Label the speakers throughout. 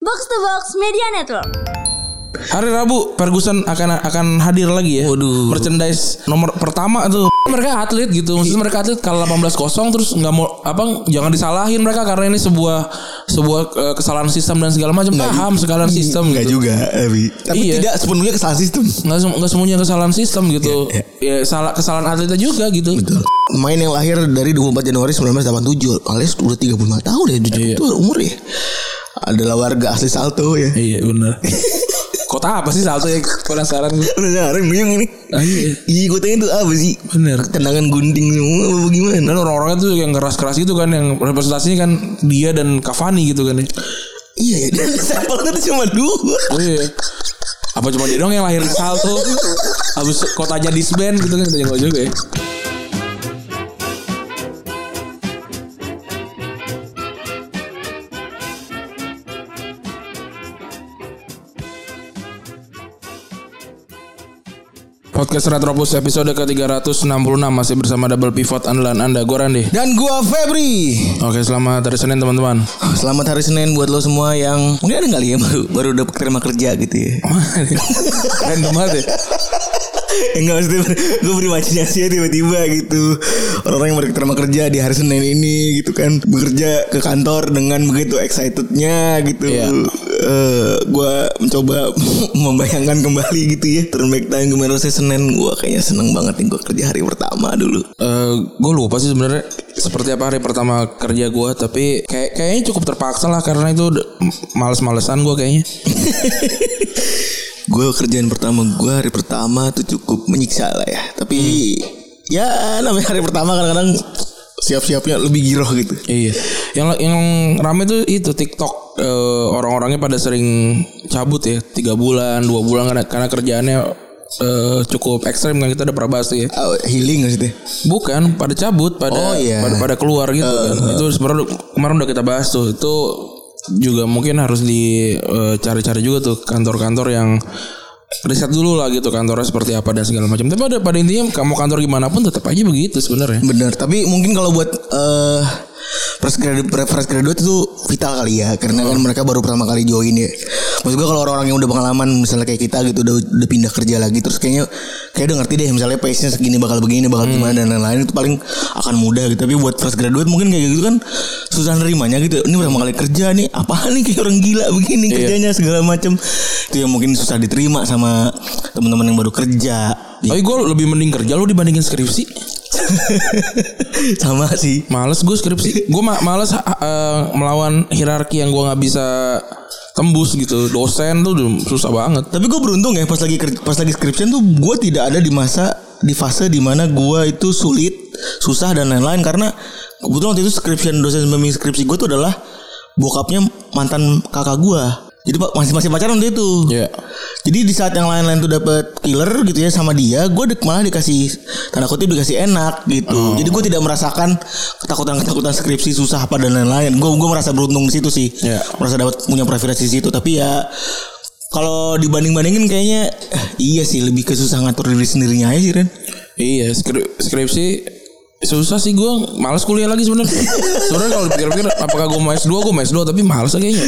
Speaker 1: Box to Box Media Network.
Speaker 2: Hari Rabu Ferguson akan akan hadir lagi ya.
Speaker 3: Waduh.
Speaker 2: Merchandise nomor pertama tuh. Mereka atlet gitu. Maksudnya mereka atlet kalah 18-0 terus nggak mau apa jangan disalahin mereka karena ini sebuah sebuah eh, kesalahan sistem dan segala macam. Paham kesalahan sistem
Speaker 3: Enggak
Speaker 2: gitu.
Speaker 3: juga Tapi, tapi
Speaker 2: Iya.
Speaker 3: tidak sepenuhnya kesalahan sistem
Speaker 2: Nggak, sem- nggak semuanya kesalahan sistem gitu.
Speaker 3: Iya,
Speaker 2: Ya, salah kesalahan atletnya juga gitu.
Speaker 3: Betul Main yang lahir dari 24 Januari 1987 Alias udah 35 tahun ya Jujur
Speaker 2: Iya.
Speaker 3: itu umurnya Adalah warga asli Salto ya
Speaker 2: Iya benar. Kota apa sih Salto ya penasaran gue.
Speaker 3: Udah ngareng bingung ini
Speaker 2: Ah, iya.
Speaker 3: Iya gue tanya itu apa sih
Speaker 2: Bener.
Speaker 3: Tendangan gunting semua apa gimana
Speaker 2: Dan orang-orangnya tuh yang keras-keras gitu kan yang representasinya kan dia dan Cavani gitu kan ya.
Speaker 3: Iya ya dia sampelnya tuh cuma dua
Speaker 2: Oh iya. Apa cuma dia doang yang lahir di Salto? Habis kotanya disband gitu kan kita nggak juga ya. Podcast Retropus episode ke-366 masih bersama double pivot andalan Anda Gorande.
Speaker 3: Dan gua Febri
Speaker 2: Oke, selamat hari Senin teman-teman.
Speaker 3: Selamat hari Senin buat lo semua yang Mungkin ada kali ya baru, baru udah terima kerja gitu ya
Speaker 2: Random banget ya.
Speaker 3: Enggak maksudnya Gue berimajinasi ya tiba-tiba gitu Orang-orang yang baru terima kerja di hari Senin ini gitu kan Bekerja ke kantor dengan begitu excitednya gitu
Speaker 2: Iya.
Speaker 3: Eh, Gua mencoba membayangkan kembali gitu ya Turn back time kemarin saya Senin Gua kayaknya seneng banget nih gua kerja hari pertama dulu
Speaker 2: Eh, gue lupa sih sebenarnya seperti apa hari pertama kerja gue tapi kayak kayaknya cukup terpaksa lah karena itu udah males-malesan gue kayaknya
Speaker 3: Gue kerjaan pertama gue hari pertama tuh cukup menyiksa lah ya. Tapi ya namanya hari pertama kadang-kadang siap-siapnya lebih giroh gitu.
Speaker 2: iya yang yang rame tuh itu TikTok Eh, orang-orangnya pada sering cabut ya tiga bulan dua bulan karena, karena kerjaannya eh, cukup ekstrim kan kita udah pernah bahas tuh ya
Speaker 3: Oh, healing maksudnya.
Speaker 2: bukan pada cabut pada
Speaker 3: Oh, iya. eh.
Speaker 2: pada, pada keluar gitu kan itu sebenarnya udah- kemarin udah kita bahas tuh itu juga mungkin harus dicari-cari juga tuh kantor-kantor yang riset dulu lah gitu kantornya seperti apa dan segala macam tapi pada pada intinya kamu kantor gimana pun tetap aja begitu sebenarnya
Speaker 3: Bener. Tapi mungkin kalau buat eh fresh graduate, fresh graduate itu vital kali ya. Karena kan mereka baru pertama kali join ya. Maksud gue kalau orang-orang yang udah pengalaman misalnya kayak kita gitu udah udah pindah kerja lagi terus kayaknya kayak udah ngerti deh misalnya pace-nya segini bakal begini bakal gimana dan lain-lain itu paling akan mudah gitu. Tapi buat fresh graduate mungkin kayak gitu kan susah nerimanya gitu. Ini pertama kali kerja nih apaan nih kayak orang gila begini kerjanya segala macam. Itu yang mungkin susah diterima sama teman-teman yang baru kerja.
Speaker 2: tapi gue lebih mending kerja lu dibandingin skripsi
Speaker 3: sama sih.
Speaker 2: males gue skripsi gue ma males ha- eh, melawan hierarki yang gue nggak bisa tembus gitu dosen tuh udah susah banget
Speaker 3: Tapi gue beruntung ya pas lagi ker- pas lagi skripsian tuh gue tidak ada di masa di fase dimana gue itu sulit, susah dan lain-lain karena kebetulan waktu itu skripsian dosen pembimbing skripsi gue tuh adalah bokapnya mantan kakak gue. Jadi pa- masih masih pacaran waktu itu.
Speaker 2: Iya.
Speaker 3: Jadi di saat yang lain-lain tuh dapat killer gitu ya sama dia, gue dek malah dikasih tanda kutip dikasih enak gitu. Jadi gue tidak merasakan ketakutan-ketakutan skripsi susah apa dan lain-lain. Gue gue merasa beruntung di situ sih.
Speaker 2: Iya.
Speaker 3: Merasa dapat punya privilege di situ. Tapi ya kalau dibanding-bandingin kayaknya eh, iya sih lebih ke susah ngatur diri sendirinya aja sih Ren.
Speaker 2: Iya, skri- skripsi susah sih gue males kuliah lagi sebenarnya. sebenarnya kalau dipikir-pikir apakah gue mau S2, gue mau S2 tapi males lah kayaknya.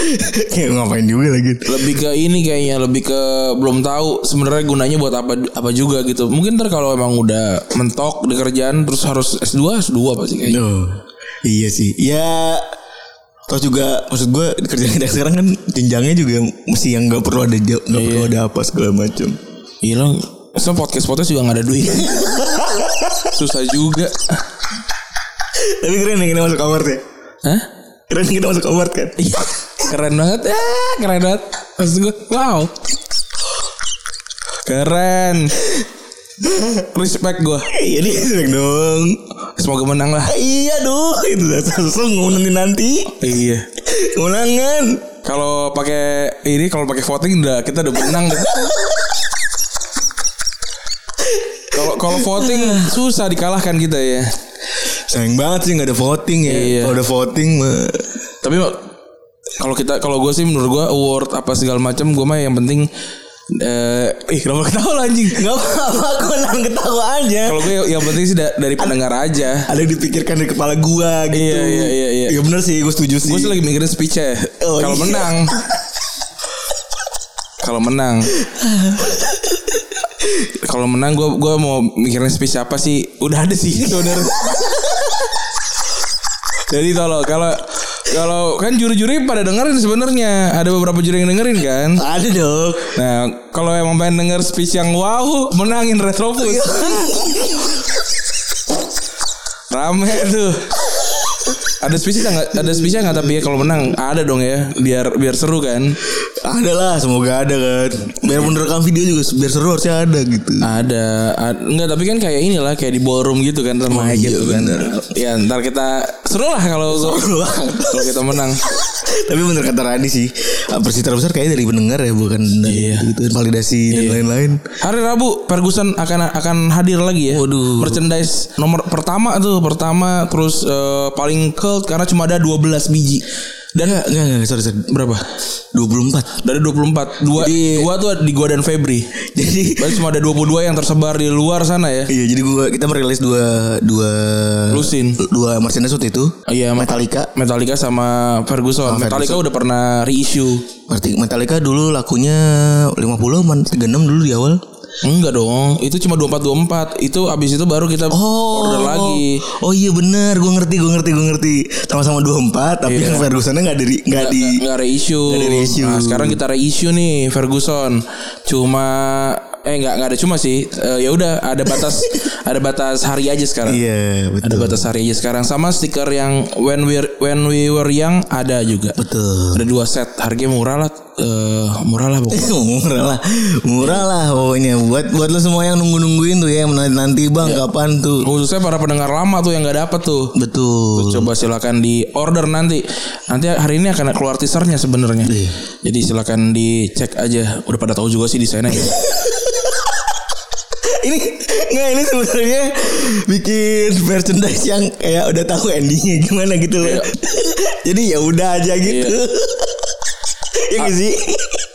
Speaker 3: Kayak ngapain juga lagi.
Speaker 2: Lebih ke ini kayaknya, lebih ke belum tahu sebenarnya gunanya buat apa apa juga gitu. Mungkin ntar kalau emang udah mentok di kerjaan terus harus S2, S2 pasti kayaknya.
Speaker 3: Oh, iya sih. Ya Terus juga maksud gue kerjaan kita sekarang kan jenjangnya juga mesti yang nggak perlu ada jauh, nggak perlu ada apa segala macam.
Speaker 2: Iya lah, so podcast podcast juga gak ada duit. susah juga.
Speaker 3: Tapi keren yang kita masuk award ya.
Speaker 2: Hah?
Speaker 3: Keren yang kita masuk award kan.
Speaker 2: Iya. Keren banget ya, keren banget. Maksud gue, wow. Keren. Respect gue.
Speaker 3: Iya nih seneng dong.
Speaker 2: Semoga menang lah.
Speaker 3: Iya dong. Itu langsung nanti nanti
Speaker 2: Iya.
Speaker 3: kemenangan.
Speaker 2: Kalau pakai ini kalau pakai voting udah kita udah menang. gitu. deh. Kalau kalau voting susah dikalahkan kita ya.
Speaker 3: Sayang banget sih nggak ada voting ya.
Speaker 2: Iya.
Speaker 3: Kalau ada voting mah.
Speaker 2: Tapi kalau kita kalau gue sih menurut gue award apa segala macam gue mah yang penting Eh, ih kenapa ketawa lo anjing?
Speaker 3: Gak apa-apa aku nahan ketawa aja
Speaker 2: Kalau gue yang penting sih da- dari pendengar aja.
Speaker 3: Ada yang dipikirkan dari kepala gua gitu
Speaker 2: Iya, iya, iya, iya.
Speaker 3: Iya bener sih gue setuju sih
Speaker 2: Gue sih lagi mikirin speech-nya.
Speaker 3: Oh,
Speaker 2: Kalau
Speaker 3: iya.
Speaker 2: menang. Kalau menang. Kalau menang gue gua mau mikirin speech apa sih? Udah ada sih sebenarnya. Jadi kalau kalau kalau kan juri-juri pada dengerin sebenarnya. Ada beberapa juri yang dengerin kan.
Speaker 3: Ada dong
Speaker 2: Nah, kalau emang pengen denger speech yang wow, menangin Retropus. Rame tuh. Ada speech enggak? Ada speech enggak tapi ya kalau menang ada dong ya, biar biar seru kan.
Speaker 3: Ada lah semoga ada kan Biar menerkam video juga biar seru harusnya ada gitu
Speaker 2: Ada, ad- enggak tapi kan kayak inilah kayak di ballroom gitu kan sama
Speaker 3: Oh, iya,
Speaker 2: gitu kan.
Speaker 3: bener.
Speaker 2: Ya ntar kita seru lah kalau kalau kita menang.
Speaker 3: Tapi bener kata Radi sih Apresi terbesar kayaknya dari pendengar ya Bukan dari
Speaker 2: Iya.
Speaker 3: gitu, validasi dan lain-lain
Speaker 2: Hari Rabu Ferguson akan akan hadir lagi ya.
Speaker 3: Waduh.
Speaker 2: Merchandise nomor pertama tuh, pertama terus eh, paling cult karena cuma ada 12 biji.
Speaker 3: Dan
Speaker 2: Ah,
Speaker 3: gak, gak, gak, sorry, sorry
Speaker 2: Berapa?
Speaker 3: 24
Speaker 2: Dari 24. Dua
Speaker 3: Jadi-
Speaker 2: dua tuh ada di gua dan Febri.
Speaker 3: Jadi
Speaker 2: Berarti cuma ada 22 yang tersebar di luar sana ya.
Speaker 3: Iya jadi gua kita merilis dua dua Iya.
Speaker 2: Lusin.
Speaker 3: dua merchandise waktu itu.
Speaker 2: Iya, Mat-
Speaker 3: Metallica.
Speaker 2: Metallica sama Ferguson.
Speaker 3: Sama
Speaker 2: Metallica udah pernah reissue.
Speaker 3: Berarti Metallica dulu lakunya 50 man 36 dulu di awal.
Speaker 2: Enggak dong, itu cuma 24 24. Itu abis itu baru kita order lagi.
Speaker 3: Oh iya benar, gua ngerti, gua ngerti, gua ngerti. Sama-sama 24 tapi yang Ferguson-nya enggak dari enggak di
Speaker 2: Iya. Nggak- nggak reissue.
Speaker 3: Nggak ada reissue.
Speaker 2: Nah, sekarang kita reissue nih Ferguson. Cuma eh nggak nggak ada cuma sih. Eh, ya udah ada batas ada batas hari aja sekarang.
Speaker 3: Iya, betul.
Speaker 2: Ada batas hari aja sekarang sama stiker yang when we when we were young ada juga.
Speaker 3: Betul.
Speaker 2: Ada dua set, harganya murah lah, eh, murah lah pokoknya.
Speaker 3: murah lah murah lah pokoknya buat buat lo semua yang nunggu nungguin tuh ya nanti nanti bang kapan tuh
Speaker 2: Khususnya para pendengar lama tuh yang nggak dapet tuh.
Speaker 3: betul
Speaker 2: Coba silakan di order nanti. Nanti hari ini akan keluar teasernya sebenarnya.
Speaker 3: Iya.
Speaker 2: Jadi silakan dicek aja. Udah pada tahu juga sih desainnya. ya.
Speaker 3: ini nggak ini sebenarnya bikin merchandise yang kayak udah tahu endingnya gimana gitu loh. Jadi ya udah aja gitu. ya nggak sih.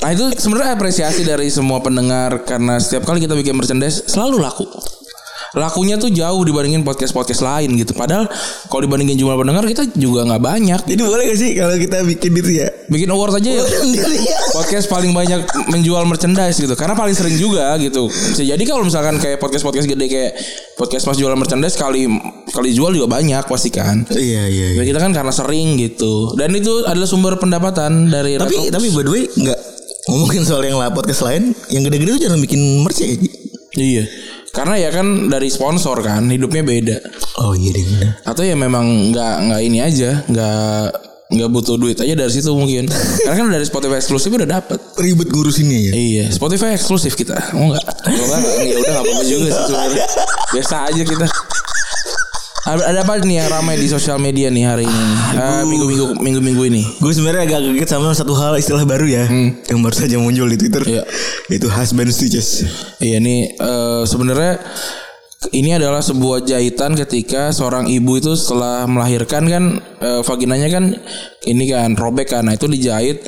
Speaker 2: Nah itu sebenarnya apresiasi dari semua pendengar karena setiap kali kita bikin merchandise selalu laku. Lakunya tuh jauh dibandingin podcast-podcast lain gitu. Padahal kalau dibandingin jumlah pendengar kita juga nggak banyak.
Speaker 3: Jadi boleh gak sih kalau kita bikin gitu ya?
Speaker 2: Bikin award aja ya.
Speaker 3: Sendiri ya.
Speaker 2: Podcast paling banyak menjual merchandise gitu Karena paling sering juga gitu Bisa jadi kalau misalkan kayak podcast-podcast gede Kayak podcast mas jual merchandise Kali kali jual juga banyak pasti kan
Speaker 3: Iya iya.
Speaker 2: Dan kita kan karena sering gitu Dan itu adalah sumber pendapatan dari
Speaker 3: Tapi
Speaker 2: Retro-
Speaker 3: tapi by the way nggak ngomongin soal yang lapor ke selain yang gede-gede tuh jangan bikin merch ya. Ji?
Speaker 2: Iya Karena ya kan dari sponsor kan Hidupnya beda
Speaker 3: Oh iya deh bener.
Speaker 2: atau ya memang nggak nggak ini aja nggak nggak butuh duit aja dari situ mungkin karena kan dari Spotify eksklusif udah dapet
Speaker 3: Ribet ngurusinnya ya.
Speaker 2: iya Spotify eksklusif kita mau nggak kalau nggak ya udah nggak apa-apa juga sih sebenarnya biasa aja kita ada, ada apa nih yang ramai di sosial media nih hari ini Eh, minggu-minggu minggu-minggu ini
Speaker 3: Gue sebenarnya agak kaget sama satu hal istilah baru ya yang baru saja muncul di Twitter.
Speaker 2: Hmm. Iya.
Speaker 3: Itu husband stitches.
Speaker 2: Iya nih eh, sebenarnya ini adalah sebuah jahitan ketika seorang ibu itu setelah melahirkan kan eh, vaginanya kan ini kan robek kan. Nah, itu dijahit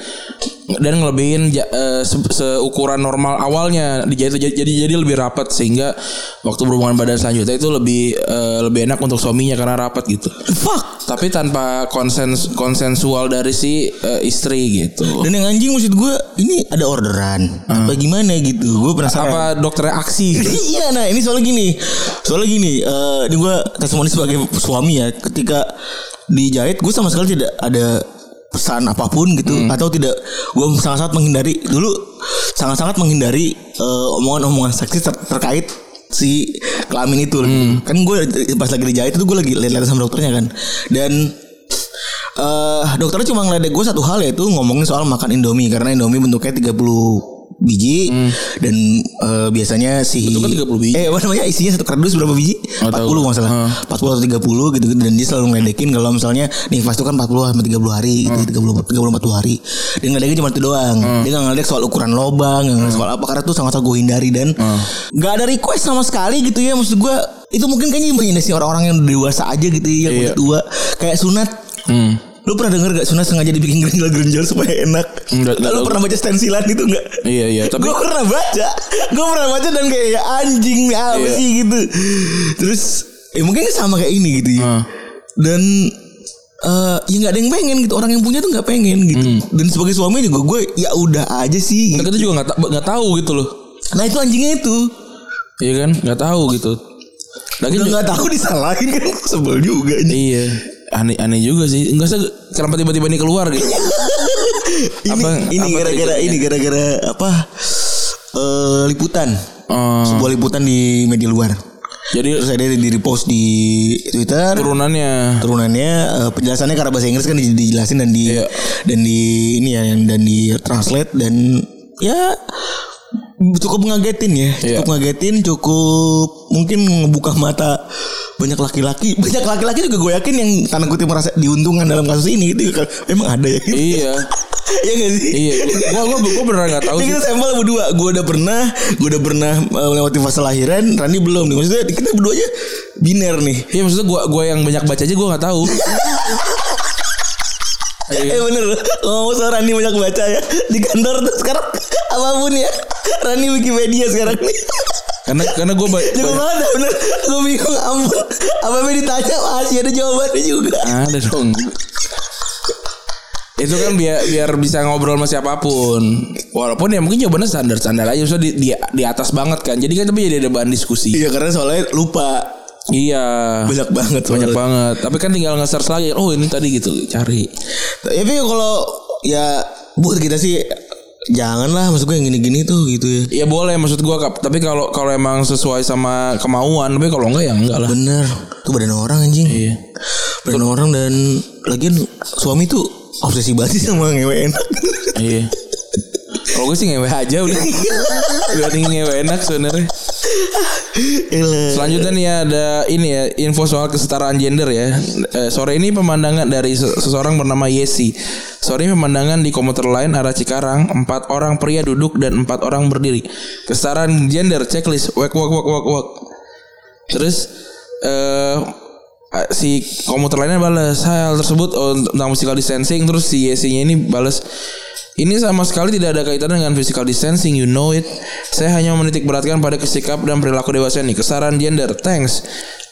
Speaker 2: dan ngelebihin ja- eh, se- seukuran normal awalnya dijahit jadi jadi, jadi lebih rapat sehingga waktu berhubungan badan selanjutnya itu lebih eh, lebih enak untuk suaminya karena rapat gitu.
Speaker 3: Fuck.
Speaker 2: Tapi tanpa konsens konsensual dari si eh, istri gitu.
Speaker 3: Dan yang anjing maksud gue ini ada orderan apa gimana gitu. Gue penasaran.
Speaker 2: Ah. Apa dokternya aksi? gitu?
Speaker 3: iya nah ini soalnya gini soalnya gini eh ini gue testimoni sebagai suami ya ketika dijahit gue sama sekali tidak ada pesan apapun gitu atau tidak gue sangat-sangat menghindari dulu sangat-sangat menghindari eh, omongan-omongan seksi ter- terkait si kelamin itu kan gue pas lagi dijahit itu gue lagi lihat-lihat sama dokternya kan dan eh dokternya cuma ngeledek gue satu hal yaitu ngomongin soal makan Indomie karena Indomie bentuknya 30 biji dan eh, biasanya si
Speaker 2: Bentuknya 30 kan biji.
Speaker 3: eh apa namanya isinya satu kardus berapa biji?
Speaker 2: Nggak tahu.
Speaker 3: 40 masalah.
Speaker 2: Heeh.
Speaker 3: 40 atau 30 gitu dan dia selalu ngeledekin kalau misalnya nih pas itu kan 40 sama 30 hari
Speaker 2: Hmm.
Speaker 3: gitu 30 30 40 hari. Dia ngeledekin cuma itu doang. Dia nggak ngeledek soal ukuran lobang, nggak ngeledek soal apa karena tuh sangat-sangat gue hindari dan
Speaker 2: Hmm.
Speaker 3: nggak ada request sama sekali gitu ya maksud gue
Speaker 2: Iya.
Speaker 3: itu mungkin kayaknya imajinasi orang-orang yang dewasa aja gitu ya yang udah tua kayak sunat
Speaker 2: Hmm.
Speaker 3: Lu pernah denger gak Suna sengaja dibikin gerinjal-gerinjal supaya enak?
Speaker 2: Enggak, enggak
Speaker 3: Lu
Speaker 2: tahu.
Speaker 3: pernah baca stensilan itu gak?
Speaker 2: Iya iya tapi
Speaker 3: Gue pernah baca Gue pernah baca dan kayak ya anjing nih apa
Speaker 2: Iya.
Speaker 3: sih gitu Terus ya mungkin sama kayak ini gitu ya
Speaker 2: Ah.
Speaker 3: Dan eh ya nggak ada yang pengen gitu orang yang punya tuh nggak pengen gitu
Speaker 2: Hmm.
Speaker 3: dan sebagai suami juga gue ya udah aja sih
Speaker 2: Nah,
Speaker 3: gitu.
Speaker 2: kita juga nggak ta- nggak tahu gitu loh.
Speaker 3: nah itu anjingnya itu
Speaker 2: Iya kan? Nggak tahu gitu. Lagi
Speaker 3: udah
Speaker 2: juga-
Speaker 3: nggak tahu disalahin kan sebel juga anjing.
Speaker 2: iya. Aneh aneh juga sih. Enggak sih kenapa tiba-tiba ini keluar gitu.
Speaker 3: ini
Speaker 2: Apa-
Speaker 3: ini
Speaker 2: apa
Speaker 3: gara-gara
Speaker 2: triggernya?
Speaker 3: ini gara-gara apa eh, liputan
Speaker 2: Eh,
Speaker 3: sebuah liputan di media luar
Speaker 2: jadi
Speaker 3: terus ada di repost di Twitter
Speaker 2: turunannya
Speaker 3: turunannya eh, penjelasannya karena bahasa Inggris kan di- dijelasin dan di
Speaker 2: Iya.
Speaker 3: dan di ini ya yang- dan di translate dan ya cukup mengagetin ya
Speaker 2: Iya.
Speaker 3: cukup mengagetin cukup mungkin membuka mata banyak laki-laki banyak laki-laki juga gue yakin yang tanda kutip merasa diuntungkan dalam kasus ini itu emang ada ya
Speaker 2: iya
Speaker 3: Iya gak sih?
Speaker 2: iya gua gua gua beneran nggak tahu
Speaker 3: Ini
Speaker 2: sih
Speaker 3: kita sampel berdua. Gue udah pernah, gue udah pernah eh, melewati fase lahiran. Rani belum nih. Maksudnya kita berduanya biner nih.
Speaker 2: iya maksudnya gua gua yang banyak baca aja gua nggak tahu Iya.
Speaker 3: Eh bener Ngomong soal Rani banyak baca ya Di kantor tuh sekarang Apapun ya Rani Wikipedia sekarang nih
Speaker 2: karena karena gua ba-
Speaker 3: Jago
Speaker 2: banyak-
Speaker 3: banget dah, bener Gue bingung ampun Apa yang ditanya masih ada jawabannya juga
Speaker 2: ada dong itu kan biar biar bisa ngobrol sama siapapun walaupun ya mungkin jawabannya standar standar aja maksudnya di, di, di atas banget kan jadi kan tapi jadi ada bahan diskusi
Speaker 3: Iya karena soalnya lupa
Speaker 2: iya
Speaker 3: Banyak banget
Speaker 2: banyak
Speaker 3: soalnya.
Speaker 2: banget tapi kan tinggal nge-search lagi oh ini tadi gitu cari
Speaker 3: Tapi kalau Ya Buat kita sih Janganlah Maksud gue yang gini-gini tuh gitu ya
Speaker 2: ya boleh maksud gua Kap. tapi kalau kalau emang sesuai sama kemauan tapi kalau enggak ya enggak lah
Speaker 3: Bener Tuh badan orang anjing
Speaker 2: Iya.
Speaker 3: Badan orang dan Lagian suami tuh Obsesi banget sih sama ngewe enak
Speaker 2: Iya. Kalau gue sih ngewe aja udah. Udah tinggi ngewe enak sebenarnya.
Speaker 3: Elah.
Speaker 2: Selanjutnya nih ada ini ya info soal kesetaraan gender ya. Eh, sore ini pemandangan dari se- seseorang bernama Yesi. Sore ini pemandangan di komuter lain arah Cikarang. Empat orang pria duduk dan empat orang berdiri. Kesetaraan gender checklist. Wek wek wek wek wek. Terus eh si komuter lainnya balas hal tersebut oh, tentang physical distancing terus si YC-nya ini balas ini sama sekali tidak ada kaitan dengan physical distancing, you know it. Saya hanya menitik beratkan pada kesikap dan perilaku dewasa nih. Kesaran gender, thanks.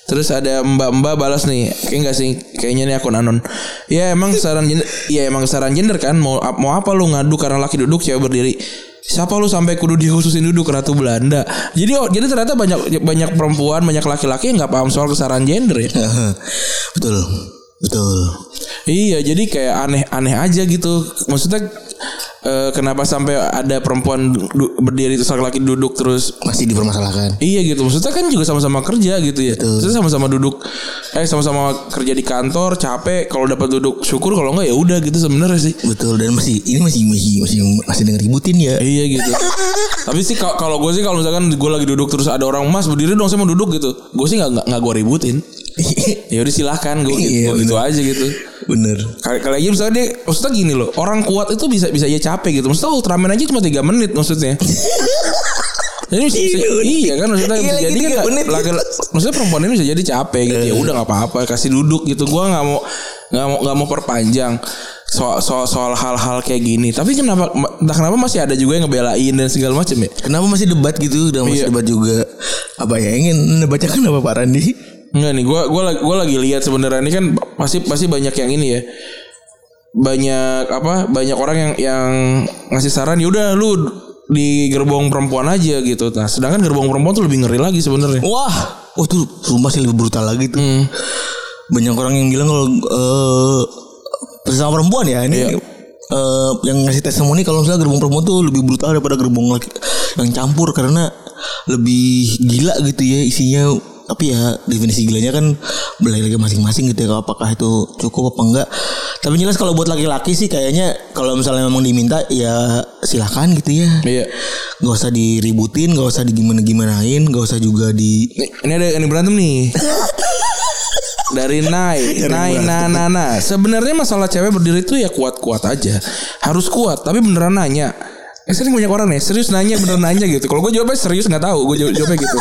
Speaker 2: Terus ada mbak-mbak balas nih, kayak enggak sih? Kayaknya nih akun anon. Ya emang kesaran gender, ya emang kesaran gender kan. Mau ap- mau apa lu ngadu karena laki duduk cewek berdiri? Siapa lu sampai kudu dikhususin duduk ratu Belanda? Jadi oh, jadi ternyata banyak banyak perempuan, banyak laki-laki yang nggak paham soal kesaran gender ya.
Speaker 3: Iya. Betul Betul
Speaker 2: Iya, jadi kayak aneh-aneh aja gitu. Maksudnya eh, kenapa sampai ada perempuan du- berdiri terus laki-laki duduk terus
Speaker 3: Masih dipermasalahkan
Speaker 2: Iya gitu Maksudnya kan juga sama-sama kerja gitu ya Maksudnya sama-sama duduk Eh sama-sama kerja di kantor Capek Kalau dapat duduk syukur Kalau enggak ya udah gitu sebenarnya sih
Speaker 3: Betul dan masih ini masih masih masih masih dengan ributin ya.
Speaker 2: Iya gitu Tapi sih ka- kalau gue sih Kalau misalkan gue lagi duduk Terus ada orang Mas berdiri dong saya mau duduk gitu Gue sih nggak nggak nggak gue ributin Ya udah silahkan Gue gitu,
Speaker 3: Iya,
Speaker 2: gua gitu aja gitu
Speaker 3: Bener.
Speaker 2: Kali, kali aja misalnya dia Maksudnya gini loh Orang kuat itu bisa bisa aja capek gitu Maksudnya Ultraman aja cuma 3 menit maksudnya Jadi bisa, bisa- iya kan maksudnya
Speaker 3: Iya,
Speaker 2: bisa
Speaker 3: lagi
Speaker 2: jadi kan
Speaker 3: 3
Speaker 2: nggak-
Speaker 3: menit.
Speaker 2: laki- maksudnya perempuan ini bisa jadi capek gitu ya udah nggak apa-apa kasih duduk gitu gua nggak mau nggak mau nggak mau perpanjang soal soal soal hal-hal kayak gini tapi kenapa entah kenapa masih ada juga yang ngebelain dan segala macam ya
Speaker 3: Kenapa masih debat gitu? Dan
Speaker 2: Iya.
Speaker 3: masih debat juga apa ya ingin anda bacakan apa Pak Randi?
Speaker 2: Enggak nih, gua gua lagi gua lagi lihat sebenarnya ini kan pasti pasti banyak yang ini ya. Banyak apa? Banyak orang yang yang ngasih saran, "Yaudah lu di gerbong perempuan aja gitu." Nah, sedangkan gerbong perempuan tuh lebih ngeri lagi sebenarnya.
Speaker 3: Wah, oh tuh rumah sih lebih brutal lagi tuh. Banyak orang yang bilang kalau eh bersama perempuan ya ini. eh, yang ngasih testimoni kalau misalnya gerbong perempuan tuh lebih brutal daripada gerbong laki yang campur karena lebih gila gitu ya isinya tapi ya definisi gilanya kan belai lagi masing-masing gitu ya apakah itu cukup apa enggak tapi jelas kalau buat laki-laki sih kayaknya kalau misalnya memang diminta ya silakan gitu ya
Speaker 2: Iya.
Speaker 3: nggak usah diributin nggak usah digimana gimanain nggak usah juga di
Speaker 2: Nih, ini ada yang berantem nih. Dari Nai, Nai Nana. Sebenarnya masalah cewek berdiri itu ya kuat-kuat aja. Harus kuat, tapi beneran nanya. Eh, sering banyak orang nih serius nanya bener nanya gitu. Kalau gue jawabnya serius nggak tahu, gue jawab- jawabnya gitu.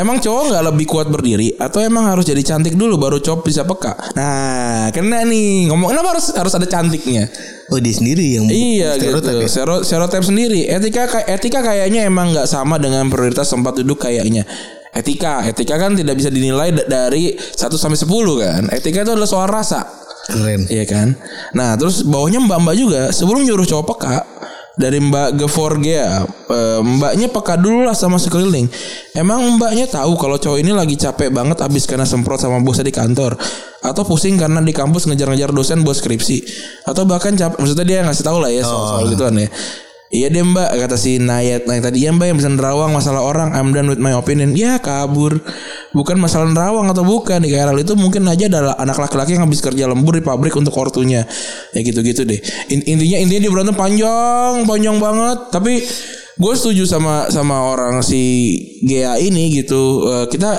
Speaker 2: Emang cowok nggak lebih kuat berdiri atau emang harus jadi cantik dulu baru cowok bisa peka? Nah, kena nih ngomong kenapa harus harus ada cantiknya?
Speaker 3: Oh dia sendiri yang
Speaker 2: Iya
Speaker 3: stereotip
Speaker 2: gitu.
Speaker 3: ya?
Speaker 2: Stero- Stereotip sendiri. Etika ka- etika kayaknya emang nggak sama dengan prioritas tempat duduk kayaknya. Etika, etika kan tidak bisa dinilai da- dari 1 sampai 10 kan. Etika itu adalah soal rasa.
Speaker 3: Keren
Speaker 2: Iya kan? Nah, terus bawahnya Mbak-mbak juga sebelum nyuruh cowok peka dari Mbak Geforgia, eh, mbaknya peka dulu lah sama sekeliling. Emang mbaknya tahu kalau cowok ini lagi capek banget abis karena semprot sama bosnya di kantor atau pusing karena di kampus ngejar-ngejar dosen buat skripsi atau bahkan capek maksudnya dia ngasih tahu lah ya soal-soal gituan ya. Iya deh mbak kata si Nayat Nayat tadi ya mbak yang bisa nerawang masalah orang I'm done with my opinion Ya kabur Bukan masalah nerawang atau bukan Di KRL itu mungkin aja adalah anak laki-laki yang habis kerja lembur di pabrik untuk ortunya Ya gitu-gitu deh In- Intinya intinya dia berantem panjang Panjang banget Tapi gue setuju sama sama orang si GA ini gitu Eh, kita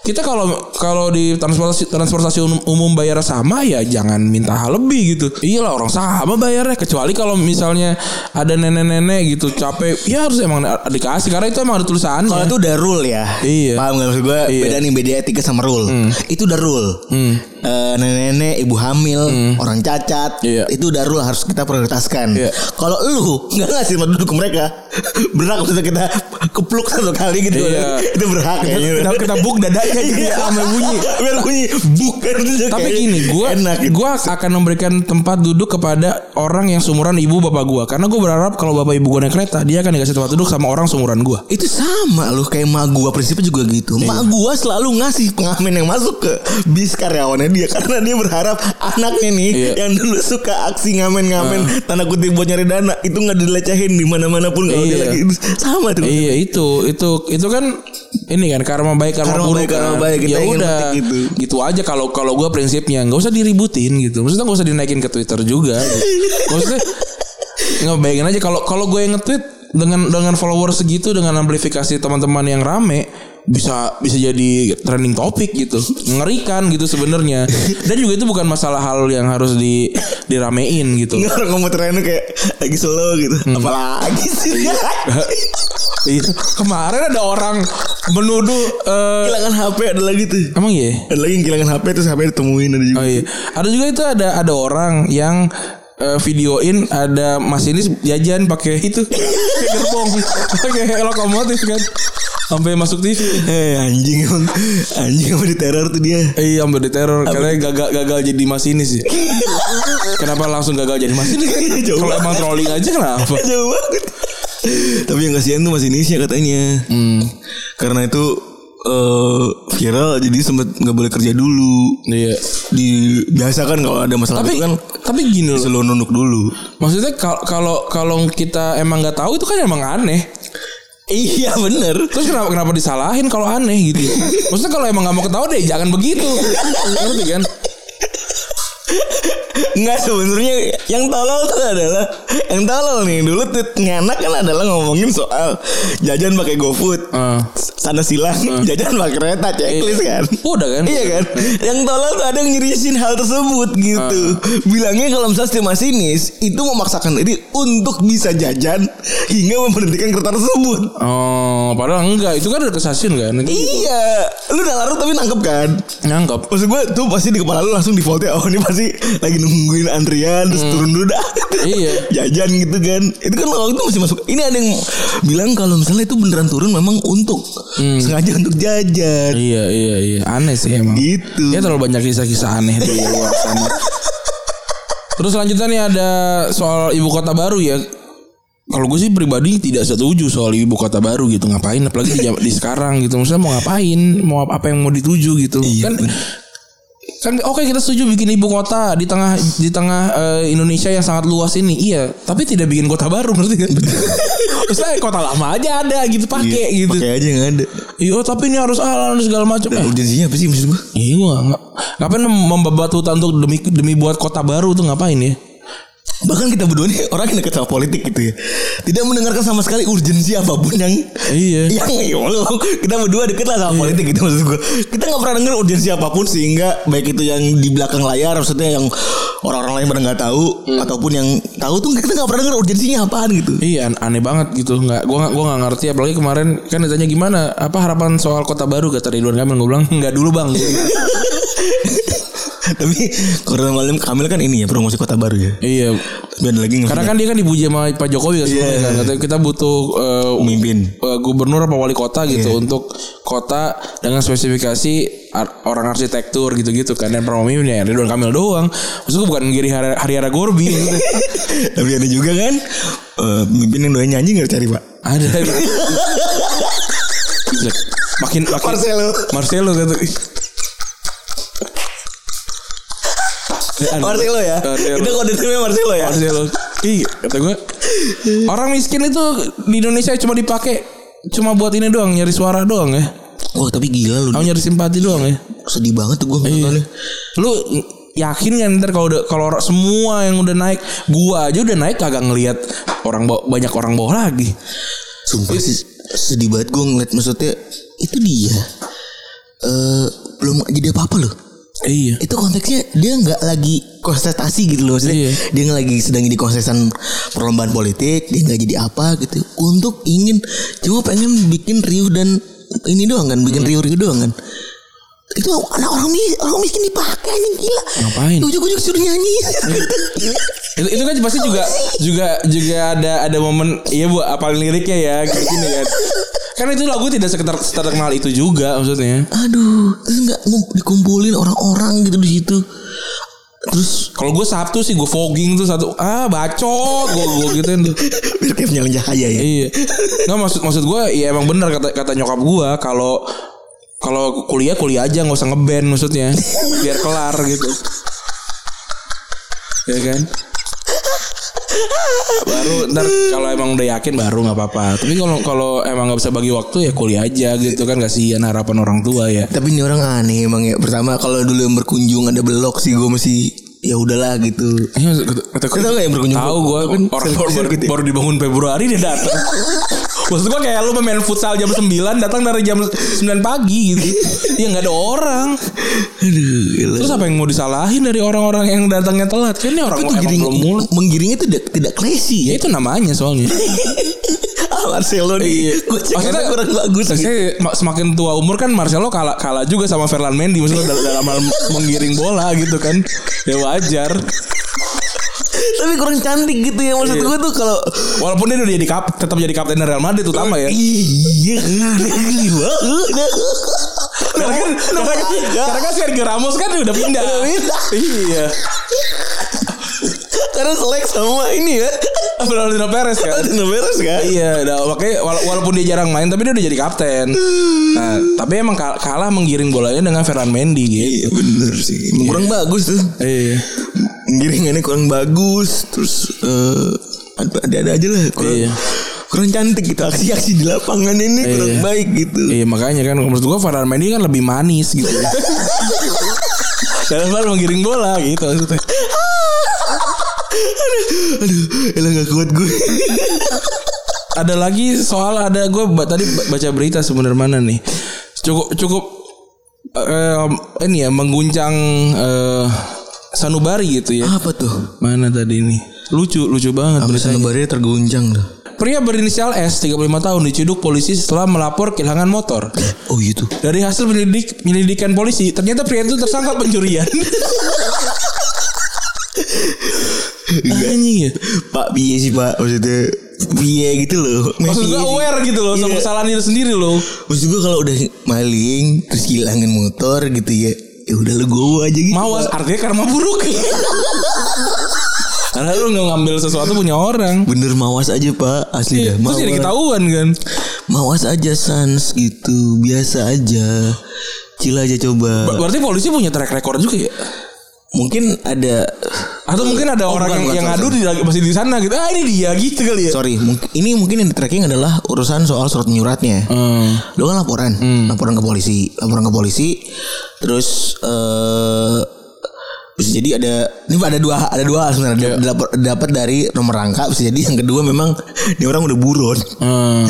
Speaker 2: kita kalau kalau di transportasi transportasi umum, umum bayar sama ya jangan minta hal lebih gitu iyalah orang sama bayarnya kecuali kalau misalnya ada nenek-nenek gitu capek ya harus emang dikasih karena itu emang ada tulisannya
Speaker 3: Kalau itu udah rule ya.
Speaker 2: Iya.
Speaker 3: Paham gak maksud gue?
Speaker 2: Iya. Hmm.
Speaker 3: Beda nih beda etika sama rule. Itu udah rule. Eh, nenek-nenek, ibu hamil, orang cacat,
Speaker 2: Hmm. Iya.
Speaker 3: itu udah rule harus kita prioritaskan.
Speaker 2: Iya.
Speaker 3: Kalau lu nggak ngasih tempat duduk ke mereka, berhak maksudnya kita kepluk satu kali gitu.
Speaker 2: Iya.
Speaker 3: itu berhak kayaknya.
Speaker 2: kita kita buk dadanya jadi
Speaker 3: Iya.
Speaker 2: sama bunyi
Speaker 3: Biar bunyi bukan
Speaker 2: tapi gini gue
Speaker 3: enak gitu.
Speaker 2: gue akan memberikan tempat duduk kepada orang yang seumuran ibu bapak gue karena gue berharap kalau bapak ibu gue naik kereta dia akan dikasih tempat duduk sama orang seumuran gue
Speaker 3: itu sama loh kayak mak gua prinsipnya juga gitu.
Speaker 2: Iya.
Speaker 3: Mak gua selalu ngasih pengamen yang masuk ke bis karyawannya dia karena dia berharap anaknya nih
Speaker 2: Iya. Ah.
Speaker 3: yang dulu suka aksi ngamen-ngamen tanda kutip buat nyari dana itu nggak dilecehin di mana-mana pun kalau dia
Speaker 2: Iya.
Speaker 3: lagi sama tuh.
Speaker 2: Iya itu itu itu kan ini kan karma baik karma,
Speaker 3: gitu. Karma
Speaker 2: buruk
Speaker 3: baik, karma
Speaker 2: kan.
Speaker 3: baik,
Speaker 2: ya
Speaker 3: kita ingin
Speaker 2: udah
Speaker 3: metik
Speaker 2: gitu.
Speaker 3: gitu.
Speaker 2: aja kalau kalau gue prinsipnya nggak usah diributin gitu maksudnya nggak usah dinaikin ke twitter juga gitu. maksudnya nggak bayangin aja kalau kalau gue yang nge-tweet dengan dengan follower segitu dengan amplifikasi teman-teman yang rame bisa bisa jadi trending topik gitu ngerikan gitu sebenarnya dan juga itu bukan masalah hal yang harus di diramein gitu
Speaker 3: Nggak orang komentarnya kayak lagi slow gitu.
Speaker 2: Hmm.
Speaker 3: Apalagi sih.
Speaker 2: Iya. kemarin ada orang menuduh eh,
Speaker 3: kehilangan HP ada lagi tuh.
Speaker 2: Emang iya?
Speaker 3: Ada lagi yang kehilangan HP terus HP ditemuin ada juga.
Speaker 2: Oh iya. Ada juga itu ada ada orang yang eh, videoin ada masinis jajan pakai itu pakai gerbong pakai lokomotif kan sampai masuk TV.
Speaker 3: Eh anjing emang anjing apa di teror tuh dia.
Speaker 2: Eh iya, sampai diteror karena gagal gagal jadi masinis ya. Kenapa langsung gagal jadi masinis?
Speaker 3: Jauh
Speaker 2: Kalau
Speaker 3: banget.
Speaker 2: emang trolling aja kenapa?
Speaker 3: Jauh banget. Tapi yang kasihan tuh masih Indonesia katanya. Hmm. Karena itu eh viral jadi sempat nggak boleh kerja dulu.
Speaker 2: Iya.
Speaker 3: Di biasa kan kalau ada masalah
Speaker 2: Tapi
Speaker 3: itu kan
Speaker 2: tapi gini loh.
Speaker 3: selalu nunduk dulu.
Speaker 2: Maksudnya kal- kalau kalau kita emang nggak tahu itu kan emang aneh.
Speaker 3: Iya bener.
Speaker 2: Terus kenapa kenapa disalahin kalau aneh gitu? Maksudnya kalau emang nggak mau ketawa deh jangan begitu. Ngerti kan?
Speaker 3: Enggak sebenarnya yang tolol tuh adalah yang tolol nih dulu tweetnya anak kan adalah ngomongin soal jajan pakai GoFood.
Speaker 2: Eh.
Speaker 3: Sana silang jajan pakai kereta checklist kan.
Speaker 2: Udah kan?
Speaker 3: Hmm. Iya kan? Yang tolol tuh ada yang nyerisin hal tersebut gitu.
Speaker 2: Ah.
Speaker 3: Bilangnya kalau misalnya setiap masinis itu memaksakan diri untuk bisa jajan hingga memberhentikan kereta tersebut.
Speaker 2: Oh, padahal enggak. Itu kan ada ke stasiun kan? Itu
Speaker 3: Iya, lu udah larut tapi nangkep kan?
Speaker 2: Nangkep.
Speaker 3: Maksud gue tuh pasti di kepala lu langsung defaultnya Oh ini pasti lagi nungguin antrian Terus turun dulu dah
Speaker 2: Hmm. Iya.
Speaker 3: Jajan gitu kan Itu kan waktu itu masih masuk Ini ada yang bilang kalau misalnya itu beneran turun memang untuk Sengaja untuk jajan
Speaker 2: Hmm. Iya, iya, iya. Aneh sih emang.
Speaker 3: Gitu
Speaker 2: Ya terlalu banyak kisah-kisah aneh di luar sana. Terus selanjutnya nih ada soal ibu kota baru ya. Kalau gue sih pribadi tidak setuju soal ibu kota baru gitu ngapain apalagi di, jam- di sekarang gitu. Maksudnya mau ngapain? Mau ap- apa yang mau dituju gitu.
Speaker 3: Iya,
Speaker 2: kan kan oke kita setuju bikin ibu kota di tengah di tengah eh, Indonesia yang sangat luas ini. Iya, tapi tidak bikin kota baru ngerti kan? Maksudnya kota lama aja ada gitu pakai
Speaker 3: Iya,
Speaker 2: gitu.
Speaker 3: Pakai aja yang ada
Speaker 2: Iya, tapi ini harus ala dan segala macam. Eh,
Speaker 3: Urgensinya apa sih maksud gue
Speaker 2: Iya gua nggak- Ngapain membabat hutan tuh demi demi buat kota baru tuh ngapain ya?
Speaker 3: Bahkan kita berdua nih orang yang dekat sama politik gitu ya Tidak mendengarkan sama sekali urgensi apapun yang
Speaker 2: Iya.
Speaker 3: Yang ya Allah, Kita berdua deket lah sama politik gitu maksud gue Kita gak pernah denger urgensi apapun Sehingga baik itu yang di belakang layar Maksudnya yang orang-orang lain pada nggak tahu ataupun yang tahu tuh kita nggak pernah dengar urgensinya apaan gitu.
Speaker 2: Iya an- aneh banget gitu nggak gua nggak- gua nggak ngerti apalagi kemarin kan ditanya gimana apa harapan soal kota baru kata Ridwan Kamil gue bilang nggak dulu bang
Speaker 3: Tapi Corona Malam Kamil kan ini ya promosi kota baru ya.
Speaker 2: iya
Speaker 3: Tapi ada lagi nggak
Speaker 2: karena kan dia kan dipuji sama Pak Jokowi kan sebelumnya
Speaker 3: Iya.
Speaker 2: kan katanya kita butuh eh,
Speaker 3: pemimpin. Iya.
Speaker 2: eh, gubernur apa wali kota gitu untuk kota dengan spesifikasi ar- orang arsitektur gitu-gitu kan dan pemimpinnya Ridwan Kamil doang maksudnya bukan Giri Har- Hariara Gorbi gitu.
Speaker 3: Tapi ada juga kan eh, pemimpin yang doyan nyanyi nggak cari pak.
Speaker 2: ada Jelek. makin makin
Speaker 3: Marcelo.
Speaker 2: Marcelo kata Ih. Aneh.
Speaker 3: Marcelo ya.
Speaker 2: Marcelo.
Speaker 3: Kita kode timnya Marcelo ya.
Speaker 2: Eh, anu, Marcelo. Ih, kata gue orang miskin itu di Indonesia cuma dipakai cuma buat ini doang nyari suara doang ya.
Speaker 3: Wah tapi gila lu.
Speaker 2: Mau nyari simpati doang ya. Iya.
Speaker 3: Sedih banget tuh gue nontonnya.
Speaker 2: Lu yakin kan ntar kalau udah kalau orang- semua yang udah naik gua aja udah naik kagak ngelihat orang bawa, banyak orang bawa lagi
Speaker 3: Sumpah
Speaker 2: Iya.
Speaker 3: sih sedih banget gue ngeliat maksudnya itu dia eh belum jadi apa apa loh.
Speaker 2: iya
Speaker 3: Itu konteksnya dia nggak lagi konsentrasi gitu loh maksudnya.
Speaker 2: Iya.
Speaker 3: Dia nggak lagi sedang jadi konsesan perlombaan politik, dia nggak jadi apa gitu. Untuk ingin cuma pengen bikin riuh dan ini doang kan, bikin
Speaker 2: Hmm.
Speaker 3: riuh-riuh doang kan. Itu anak orang miskin, orang miskin dipakai anjing gila.
Speaker 2: Ngapain?
Speaker 3: Ujuk-ujuk suruh nyanyi.
Speaker 2: itu, itu kan pasti juga juga juga ada ada momen iya bu apalin liriknya ya kayak gini kan karena itu lagu tidak sekedar terkenal itu juga maksudnya
Speaker 3: Aduh, terus nggak ngum- dikumpulin orang-orang gitu di situ. Terus
Speaker 2: kalau gue sabtu sih gue fogging tuh satu ah bacot gue gue gituin tuh
Speaker 3: biar kayak penyalin cahaya ya.
Speaker 2: iya nggak maksud maksud gue ya emang benar kata kata nyokap gue kalau kalau kuliah kuliah aja nggak usah ngeband maksudnya biar kelar gitu ya kan baru ntar kalau emang udah yakin baru nggak apa-apa tapi kalau kalau emang nggak bisa bagi waktu ya kuliah aja gitu kan kasihan harapan orang tua ya
Speaker 3: Tapi ini orang aneh emang ya. Pertama kalau dulu yang berkunjung ada belok sih gue masih ya udahlah gitu.
Speaker 2: Iya,
Speaker 3: Lu tau gak yang berkunjung?
Speaker 2: Tahu gue
Speaker 3: Kan
Speaker 2: orang
Speaker 3: sirkuit-
Speaker 2: baru, baru,
Speaker 3: sirkuit ya?
Speaker 2: baru dibangun Februari dia datang. Maksud gue kayak lu main futsal jam 9 datang dari jam 9 pagi gitu. ya nggak ada orang.
Speaker 3: Aduh, gila.
Speaker 2: Terus apa yang mau disalahin dari orang-orang yang datangnya telat? Kan ini orang
Speaker 3: Tapi
Speaker 2: emang
Speaker 3: tuh giring,
Speaker 2: belum mulai.
Speaker 3: menggiringnya tuh tidak, tidak classy
Speaker 2: Ya
Speaker 3: ya.
Speaker 2: itu namanya soalnya.
Speaker 3: ah Marcelo nih. Gue cek
Speaker 2: Iya. Maksudnya-
Speaker 3: kurang bagus. nih.
Speaker 2: Maksudnya ma- semakin tua umur kan Marcelo kalah kalah juga sama Ferland Mendy maksudnya dal- dalam hal menggiring bola gitu kan. Ya wajar.
Speaker 3: Tapi kurang cantik gitu ya maksud
Speaker 2: Iya.
Speaker 3: gue tuh kalau
Speaker 2: Walaupun dia udah jadi kap, tetap jadi kapten Real Madrid utama ya.
Speaker 3: Iya, geli banget.
Speaker 2: Karena kan, karena kan, karena kan Sergio Ramos kan udah pindah.
Speaker 3: Udah pindah.
Speaker 2: iya.
Speaker 3: Karena selek sama ini ya.
Speaker 2: Florentino Perez kan.
Speaker 3: Udah beres kan?
Speaker 2: Iya, nah, makanya wala- walaupun dia jarang main tapi dia udah jadi kapten. Nah, tapi emang kal- kalah menggiring bolanya dengan Ferland Mendy gitu.
Speaker 3: Iya bener sih. Emang Kurang bagus tuh.
Speaker 2: Iya.
Speaker 3: giringannya kurang bagus terus eh, ada ada aja lah kurang,
Speaker 2: Iya.
Speaker 3: kurang cantik gitu aksi aksi di lapangan ini kurang
Speaker 2: Iya.
Speaker 3: baik gitu
Speaker 2: Iya makanya kan menurut gua Ferland Mendy kan lebih manis gitu. Dalam hal menggiring bola gitu maksudnya.
Speaker 3: aduh elah gak kuat gue
Speaker 2: Iya. ada lagi soal ada gue ba- tadi ba- baca berita sebenarnya mana nih cukup cukup eh, ini ya mengguncang eh, sanubari gitu ya
Speaker 3: apa tuh
Speaker 2: mana tadi ini lucu lucu banget beritanya.
Speaker 3: Sanubari tergoncang tuh
Speaker 2: pria berinisial S 35 tahun diciduk polisi setelah melapor kehilangan motor
Speaker 3: oh gitu
Speaker 2: dari hasil penyelidik, penyelidikan polisi ternyata pria itu tersangka pencurian anjing ya
Speaker 3: Iya. pak piye sih pak maksudnya piye gitu loh
Speaker 2: maksud gue
Speaker 3: Piye sih?
Speaker 2: aware gitu loh sama
Speaker 3: Iya.
Speaker 2: kesalahan itu sendiri loh
Speaker 3: maksud gue kalau udah maling terus hilangin motor gitu ya ya udah lu gue aja gitu
Speaker 2: Mawas
Speaker 3: Pak.
Speaker 2: artinya karma buruk. Karena lu nggak ngambil sesuatu punya orang.
Speaker 3: bener mawas aja pak asli dah
Speaker 2: Terus
Speaker 3: mawas
Speaker 2: Iya, jadi ketahuan kan.
Speaker 3: mawas aja sans gitu biasa aja chill aja coba
Speaker 2: Ber- Berarti polisi punya track record juga ya?
Speaker 3: mungkin ada
Speaker 2: Atau mungkin ada
Speaker 3: Oh,
Speaker 2: orang
Speaker 3: bukan,
Speaker 2: yang,
Speaker 3: bukan,
Speaker 2: yang
Speaker 3: sorry,
Speaker 2: ngadu di, masih di sana gitu. Ah ini dia gitu kali ya.
Speaker 3: sorry mungkin ini mungkin yang di tracking adalah urusan soal surat menyuratnya
Speaker 2: Hmm.
Speaker 3: lu kan laporan laporan ke polisi laporan ke polisi terus eh bisa jadi ada ini ada dua ada dua hal sebenarnya Dap- dapat dari nomor rangka bisa jadi yang kedua memang ini orang udah buron
Speaker 2: Hmm.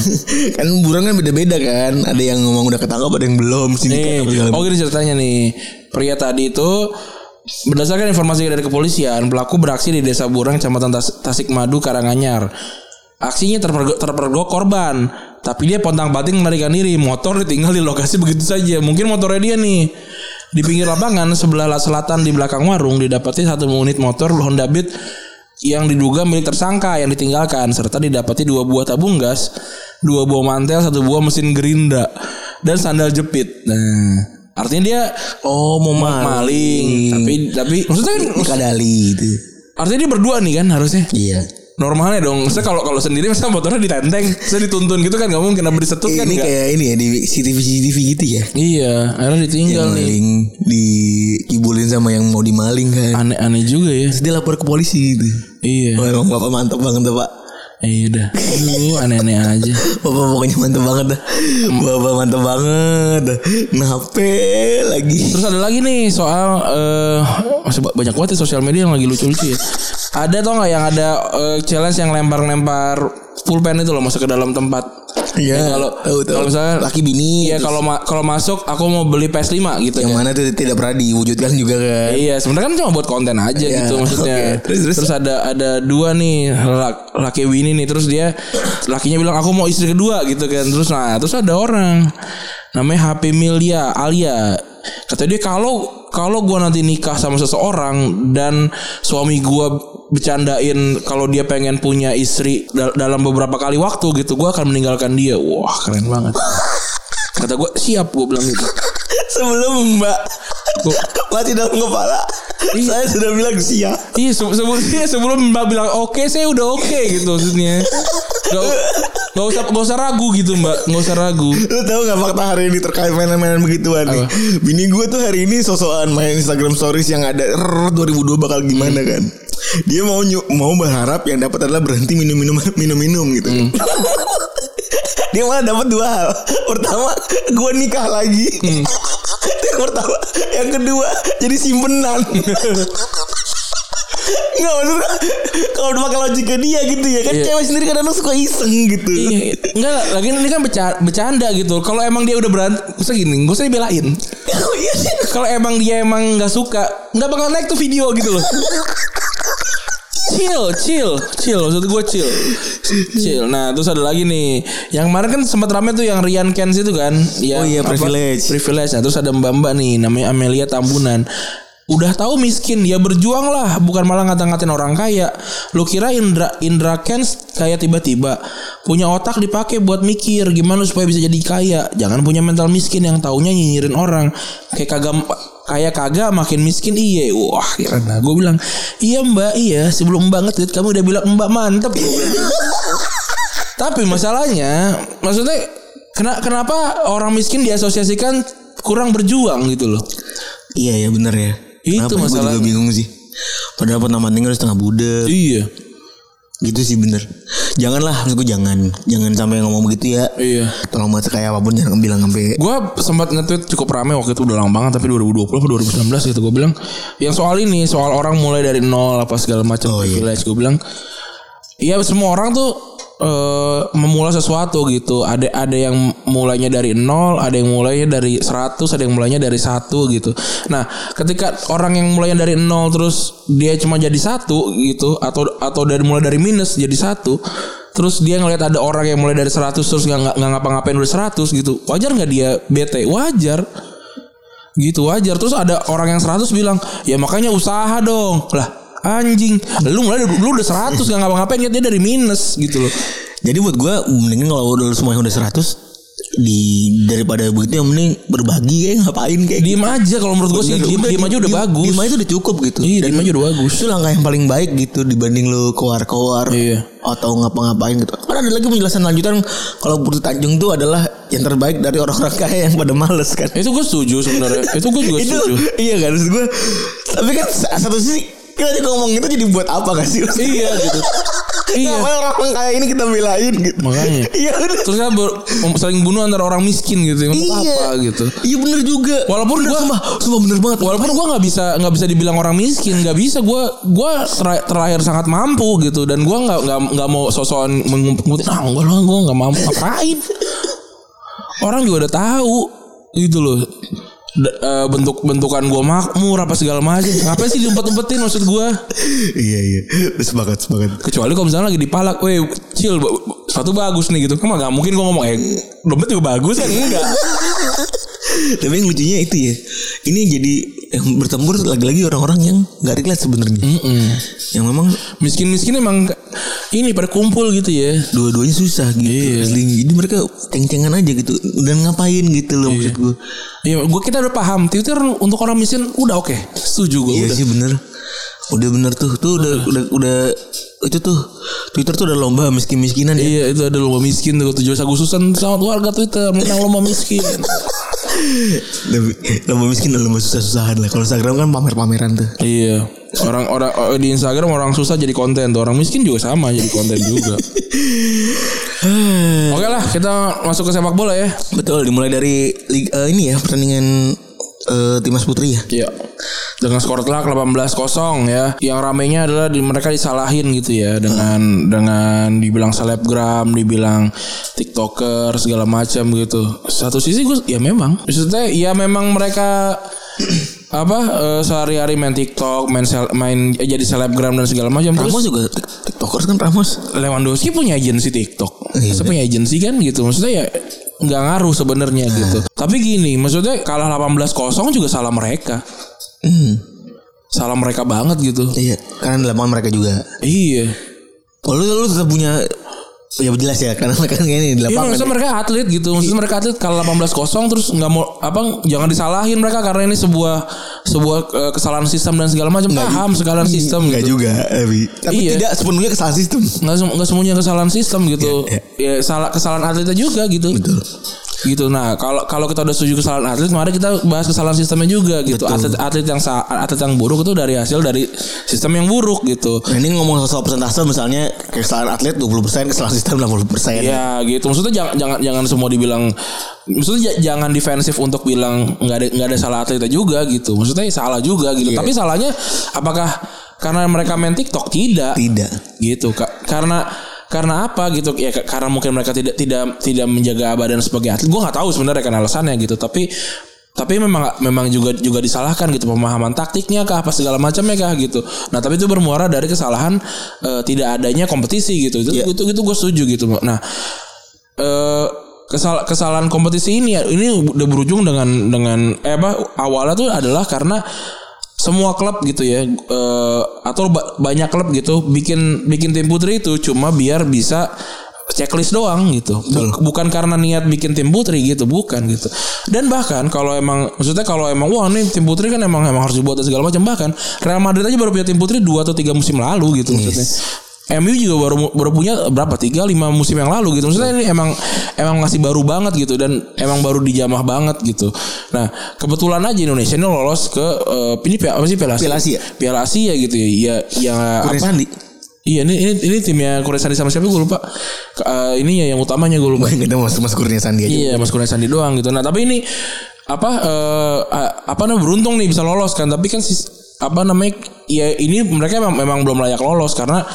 Speaker 3: kan buron kan beda-beda kan ada
Speaker 2: Iya, oh,
Speaker 3: Iya. yang ngomong udah ketangkap ada yang belum sini
Speaker 2: Nih, oh gini ceritanya nih. Pria tadi itu Berdasarkan informasi dari kepolisian, pelaku beraksi di Desa Burang, Kecamatan Tas- Tasikmadu, Karanganyar. Aksinya terpergok, terpergok korban, tapi dia pontang panting melarikan diri. Motor ditinggal di lokasi begitu saja. Mungkin motornya dia nih. Di pinggir lapangan sebelah selatan di belakang warung didapati satu unit motor Honda Beat yang diduga milik tersangka yang ditinggalkan serta didapati dua buah tabung gas, dua buah mantel, satu buah mesin gerinda dan sandal jepit. Nah, artinya dia
Speaker 3: Oh mau maling.
Speaker 2: maling tapi tapi maksudnya kan
Speaker 3: Dikadali itu.
Speaker 2: artinya dia berdua nih kan harusnya
Speaker 3: Iya.
Speaker 2: normalnya dong maksudnya kalau kalau sendiri misalnya motornya ditenteng saya dituntun gitu kan nggak mungkin habis disetut kan
Speaker 3: ini
Speaker 2: nggak.
Speaker 3: kayak ini ya di CCTV CCTV gitu ya.
Speaker 2: iya akhirnya ditinggal nih
Speaker 3: Maling dikibulin sama yang mau dimaling kan.
Speaker 2: aneh-aneh juga ya
Speaker 3: Terus dia lapor ke polisi gitu.
Speaker 2: iya
Speaker 3: Wah, emang bapak mantap banget tuh pak.
Speaker 2: iya dah Aduh, aneh-aneh aja
Speaker 3: Bapak pokoknya mantap banget dah. Bapak mantap banget. dah. Nape lagi.
Speaker 2: Terus ada lagi nih soal eh masih ba- banyak banget ya sosial media yang lagi lucu-lucu ya. Ada tau nggak yang ada eh, challenge yang lempar-lempar pulpen itu loh masuk ke dalam tempat.
Speaker 3: Iya.
Speaker 2: kalau-
Speaker 3: tahu tahu.
Speaker 2: kalau misalnya-
Speaker 3: laki bini.
Speaker 2: Iya
Speaker 3: terus Iya.
Speaker 2: kalau ma- kalau masuk aku mau beli PS5 gitu
Speaker 3: yang
Speaker 2: ya.
Speaker 3: mana tuh tidak pernah diwujudkan juga kan.
Speaker 2: Iya, sebenarnya kan cuma buat konten aja
Speaker 3: Iya,
Speaker 2: gitu maksudnya.
Speaker 3: oke.
Speaker 2: Terus,
Speaker 3: Terus, terus.
Speaker 2: ada ada dua nih lak- laki Winnie nih terus dia lakinya bilang aku mau istri kedua gitu kan. Terus nah, terus ada orang namanya HP Milia Alia. Kata dia kalau kalau gua nanti nikah sama seseorang dan suami gua bercandain kalau dia pengen punya istri dal- dalam beberapa kali waktu gitu, gua akan meninggalkan dia. Wah, keren banget. Kata gua siap gua bilang gitu.
Speaker 3: Sebelum Mbak
Speaker 2: Gua-
Speaker 3: mati dalam kepala, saya sudah bilang siap.
Speaker 2: Iya se- sebelumnya sebelum Mbak bilang oke saya udah oke gitu maksudnya. Gak, gak usah gak usah ragu gitu Mbak, gak usah ragu.
Speaker 3: Lu tau gak fakta hari ini terkait mainan-mainan begituan nih?
Speaker 2: Apa?
Speaker 3: Bini gue tuh hari ini sosokan main Instagram Stories yang ada "Rrrr, 2002 bakal gimana kan? Dia mau nyu- mau berharap yang dapat adalah berhenti minum-minum minum-minum gitu.
Speaker 2: Hmm.
Speaker 3: Dia malah dapat dua hal. Pertama, gue nikah lagi.
Speaker 2: Hmm.
Speaker 3: yang pertama, yang kedua jadi simpenan. Enggak maksudnya kalau udah pakai logika dia gitu ya kan
Speaker 2: Iya.
Speaker 3: cewek sendiri kadang suka iseng gitu.
Speaker 2: Iya, enggak lagi ini kan berca- bercanda, gitu. Kalau emang dia udah berantem, usah gini, gak usah dibelain.
Speaker 3: Iya sih.
Speaker 2: Kalau emang dia emang nggak suka, nggak bakal naik tuh video gitu loh. Chill, chill, chill. Maksud gue chill, chill. Nah, terus ada lagi nih. Yang kemarin kan sempat rame tuh yang Rian Kens itu kan. Yang
Speaker 3: Oh iya,
Speaker 2: apa?
Speaker 3: Privilege.
Speaker 2: Privilege. Nah, terus ada Mbak Mbak nih, namanya Amelia Tambunan. Udah tahu miskin, dia berjuang lah, bukan malah ngata-ngatain orang kaya. Lu kira Indra Indra Kens kaya tiba-tiba? Punya otak dipakai buat mikir gimana supaya bisa jadi kaya. Jangan punya mental miskin yang taunya nyinyirin orang. Kayak kagak kaya kagak makin miskin iye wah karena gue bilang iya mbak iya sebelum mbak ngedit kamu udah bilang mbak mantep Gua bilang. Tapi masalahnya, maksudnya kena, kenapa orang miskin diasosiasikan kurang berjuang gitu loh.
Speaker 3: Iya ya bener ya.
Speaker 2: Itu
Speaker 3: Kenapa? Gue
Speaker 2: masalahnya.
Speaker 3: juga bingung sih. Padahal pertama tinggal setengah budek
Speaker 2: Iya.
Speaker 3: gitu sih bener. Janganlah maksud gue jangan jangan sampai ngomong begitu ya.
Speaker 2: Iya.
Speaker 3: Tolong banget kayak apapun jangan bilang sampai
Speaker 2: Gua sempat nge-tweet cukup rame waktu itu udah lama banget tapi 2020 atau 2019 gitu gue bilang yang soal ini soal orang mulai dari nol apa segala macam
Speaker 3: Oh, iya.
Speaker 2: privilege gue bilang Iya semua orang tuh eh memulai sesuatu gitu. Ada ada yang mulainya dari nol, ada yang mulainya dari 100, ada yang mulainya dari satu gitu. Nah, ketika orang yang mulainya dari nol terus dia cuma jadi satu gitu atau atau dari mulai dari minus jadi satu terus dia ngelihat ada orang yang mulai dari 100 terus nggak nggak- nggak ngapa-ngapain udah 100 gitu wajar nggak dia bete wajar gitu wajar terus ada orang yang 100 bilang ya makanya usaha dong lah anjing lu mulai lu udah 100 gak ngapa-ngapain dia dari minus gitu loh
Speaker 3: Jadi buat gue mendingan kalau udah semua yang udah 100 di daripada begitu yang mending berbagi kayak ngapain kayak
Speaker 2: diem aja kalau menurut gue sih
Speaker 3: Bener,
Speaker 2: diem, diem aja udah bagus
Speaker 3: Iya, Diem aja udah cukup gitu.
Speaker 2: iya diem aja udah bagus
Speaker 3: Itu langkah yang paling baik gitu dibanding lu keluar-keluar
Speaker 2: Iya.
Speaker 3: atau ngapa-ngapain gitu. Kan ada lagi penjelasan lanjutan kalau Putri Tanjung tuh adalah yang terbaik dari orang-orang kaya yang pada males kan.
Speaker 2: itu gue setuju sebenarnya itu gue juga
Speaker 3: itu
Speaker 2: setuju
Speaker 3: iya kan maksud gue tapi kan sa- satu sisi kita juga ngomong itu jadi buat apa gak sih
Speaker 2: iya gitu iya
Speaker 3: Ngapain orang orang kaya ini kita belain gitu
Speaker 2: Makanya.
Speaker 3: iya udah
Speaker 2: terus kan ber- saling bunuh antara orang miskin gitu yang
Speaker 3: iya
Speaker 2: apa gitu
Speaker 3: iya bener juga
Speaker 2: Walaupun
Speaker 3: bener,
Speaker 2: gua-
Speaker 3: sumpah sumpah bener banget
Speaker 2: walaupun gue nggak bisa nggak bisa dibilang orang miskin nggak bisa gue gue terla- terlahir sangat mampu gitu dan gue nggak nggak nggak mau sosokan mengumpet-ngumpetin ah enggak lah gue nggak mampu ngapain orang juga udah tahu gitu loh d- eh, bentuk bentukan gue makmur apa segala macam. Ngapain sih diumpet-umpetin maksud gue?
Speaker 3: iya iya. Semangat semangat.
Speaker 2: Kecuali kalau misalnya lagi dipalak, weh chill, ba- sepatu bagus nih gitu. Kan nggak mungkin gue ngomong eh dompet juga bagus kan enggak.
Speaker 3: Tapi yang lucunya itu ya. Ini yang jadi yang bertempur lagi-lagi orang-orang yang nggak relate sebenarnya. Yang memang
Speaker 2: Miskin-miskin emang ini pada kumpul gitu ya.
Speaker 3: dua-duanya susah gitu.
Speaker 2: Iya.
Speaker 3: asli. Jadi mereka ceng-cengan aja gitu. Dan ngapain gitu loh maksud gue.
Speaker 2: Iya, gue kita udah paham. Twitter untuk orang miskin udah oke. Setuju gue
Speaker 3: Iya
Speaker 2: udah.
Speaker 3: sih bener. Udah bener tuh. Tuh udah udah, udah itu tuh Twitter tuh udah lomba miskin-miskinan ya.
Speaker 2: Iya itu ada lomba miskin tuh 17 Agustusan sama warga Twitter menang lomba miskin.
Speaker 3: Lebih- Lomba miskin dan lomba susah-susahan lah. Kalau Instagram kan pamer-pameran tuh.
Speaker 2: iya. Orang-orang oh, di Instagram orang susah jadi konten tuh. Orang miskin juga sama jadi konten juga. Oke lah kita masuk ke sepak bola ya.
Speaker 3: Betul, dimulai dari lig- eh, ini ya pertandingan eh, timnas putri ya.
Speaker 2: Iya. Dengan skor telak 18-0 ya. Yang ramainya adalah di, mereka disalahin gitu ya dengan dengan dibilang selebgram, dibilang TikToker segala macam gitu. Satu sisi gue ya memang. Maksudnya ya memang mereka apa eh, sehari-hari main TikTok, main sel- main eh, jadi selebgram dan segala macam
Speaker 3: Ramos
Speaker 2: terus
Speaker 3: juga tik- tiktokers kan Ramos.
Speaker 2: Lewandowski punya agensi TikTok.
Speaker 3: Iya.
Speaker 2: Saya punya agensi kan gitu. Maksudnya ya nggak ngaruh sebenarnya
Speaker 3: Iya.
Speaker 2: gitu. Tapi gini, maksudnya kalah 18-0 juga salah mereka
Speaker 3: Hmm,
Speaker 2: salah mereka banget gitu.
Speaker 3: iya, karena di lapangan mereka juga.
Speaker 2: Iya.
Speaker 3: Oh, lu, lu tetap punya ya jelas ya karena mereka kan ini di
Speaker 2: Iya
Speaker 3: lapangan.
Speaker 2: maksudnya mereka atlet gitu. Maksudnya mereka atlet kalau 18-0 terus nggak mau apa jangan disalahin mereka karena ini sebuah sebuah eh, kesalahan sistem dan segala macam. Paham kesalahan sistem
Speaker 3: Enggak
Speaker 2: gitu.
Speaker 3: juga, tapi, tapi
Speaker 2: Iya.
Speaker 3: tidak sepenuhnya kesalahan sistem.
Speaker 2: Nggak, sem- nggak semuanya kesalahan sistem gitu.
Speaker 3: Iya,
Speaker 2: Ya salah kesalahan atletnya juga gitu.
Speaker 3: Betul.
Speaker 2: Gitu. Nah, kalau kalau kita udah setuju kesalahan atlet, mari kita bahas kesalahan sistemnya juga gitu. Atlet atlet yang sa- atlet yang buruk itu dari hasil dari sistem yang buruk gitu.
Speaker 3: Nah, ini ngomong soal persentase misalnya kesalahan atlet 20%, kesalahan sistem 80%.
Speaker 2: Ya gitu. Maksudnya jangan jangan jangan semua dibilang maksudnya ja- jangan defensif untuk bilang nggak ada nggak ada salah atletnya juga gitu. Maksudnya ya salah juga gitu. Tapi salahnya apakah karena mereka main TikTok tidak
Speaker 3: Tidak.
Speaker 2: gitu Ka- karena karena apa gitu ya ka- karena mungkin mereka tidak tidak tidak menjaga badan sebagai atlet gue nggak tahu sebenarnya kan alasannya gitu tapi tapi memang memang juga juga disalahkan gitu pemahaman taktiknya kah apa segala macamnya kah gitu nah tapi itu bermuara dari kesalahan eh, tidak adanya kompetisi gitu itu
Speaker 3: Iya.
Speaker 2: itu, itu gue setuju gitu nah eh kesal- kesalahan kompetisi ini ya, ini udah berujung dengan dengan eh apa awalnya tuh adalah karena semua klub gitu ya eh, atau ba- banyak klub gitu bikin bikin tim putri itu cuma biar bisa checklist doang gitu Bu- bukan karena niat bikin tim putri gitu bukan gitu dan bahkan kalau emang maksudnya kalau emang wah nih tim putri kan emang emang harus dibuat dan segala macam bahkan Real Madrid aja baru punya tim putri dua atau tiga musim lalu gitu maksudnya MU juga baru baru punya berapa tiga lima musim yang lalu gitu maksudnya ini emang emang masih baru banget gitu dan emang baru dijamah banget gitu nah kebetulan aja Indonesia ini lolos ke eh, ini pi- apa sih Piala Asia
Speaker 3: Piala Asia.
Speaker 2: Piala Asia gitu ya ya, ya
Speaker 3: Korea
Speaker 2: apa
Speaker 3: Sandi.
Speaker 2: iya ini ini, ini timnya Korea Sandi sama siapa gue lupa eh, ini ininya yang utamanya gue lupa
Speaker 3: Kita masuk masuk Kurnia Sandi aja.
Speaker 2: Iya, Mas Kurnia Sandi doang gitu. Nah, tapi ini apa eh, a- apa namanya beruntung nih bisa lolos kan. Tapi kan sis- apa namanya ya ini mereka memang, memang belum layak lolos karena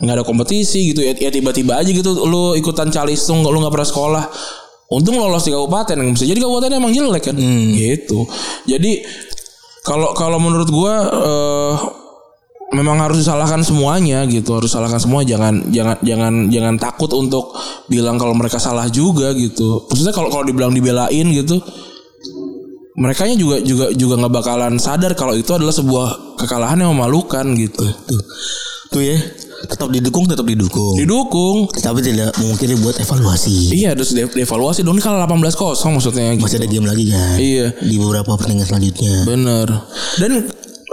Speaker 2: nggak ada kompetisi gitu ya, ya tiba-tiba aja gitu lu ikutan calistung lu nggak pernah sekolah untung lolos di kabupaten bisa jadi kabupaten emang jelek kan gitu jadi kalau kalau menurut gua eh memang harus disalahkan semuanya gitu harus salahkan semua jangan jangan jangan jangan takut untuk bilang kalau mereka salah juga gitu maksudnya kalau kalau dibilang dibelain gitu merekanya juga juga juga nggak bakalan sadar kalau itu adalah sebuah kekalahan yang memalukan gitu
Speaker 3: Tuh. Tuh ya. Tetap didukung, tetap didukung.
Speaker 2: didukung
Speaker 3: Tapi tidak mungkin buat evaluasi.
Speaker 2: iya terus de- dievaluasi dong ini kalah 18 kosong maksudnya gitu.
Speaker 3: Masih ada game lagi kan?
Speaker 2: Iya.
Speaker 3: Di beberapa pertandingan selanjutnya.
Speaker 2: Bener. Dan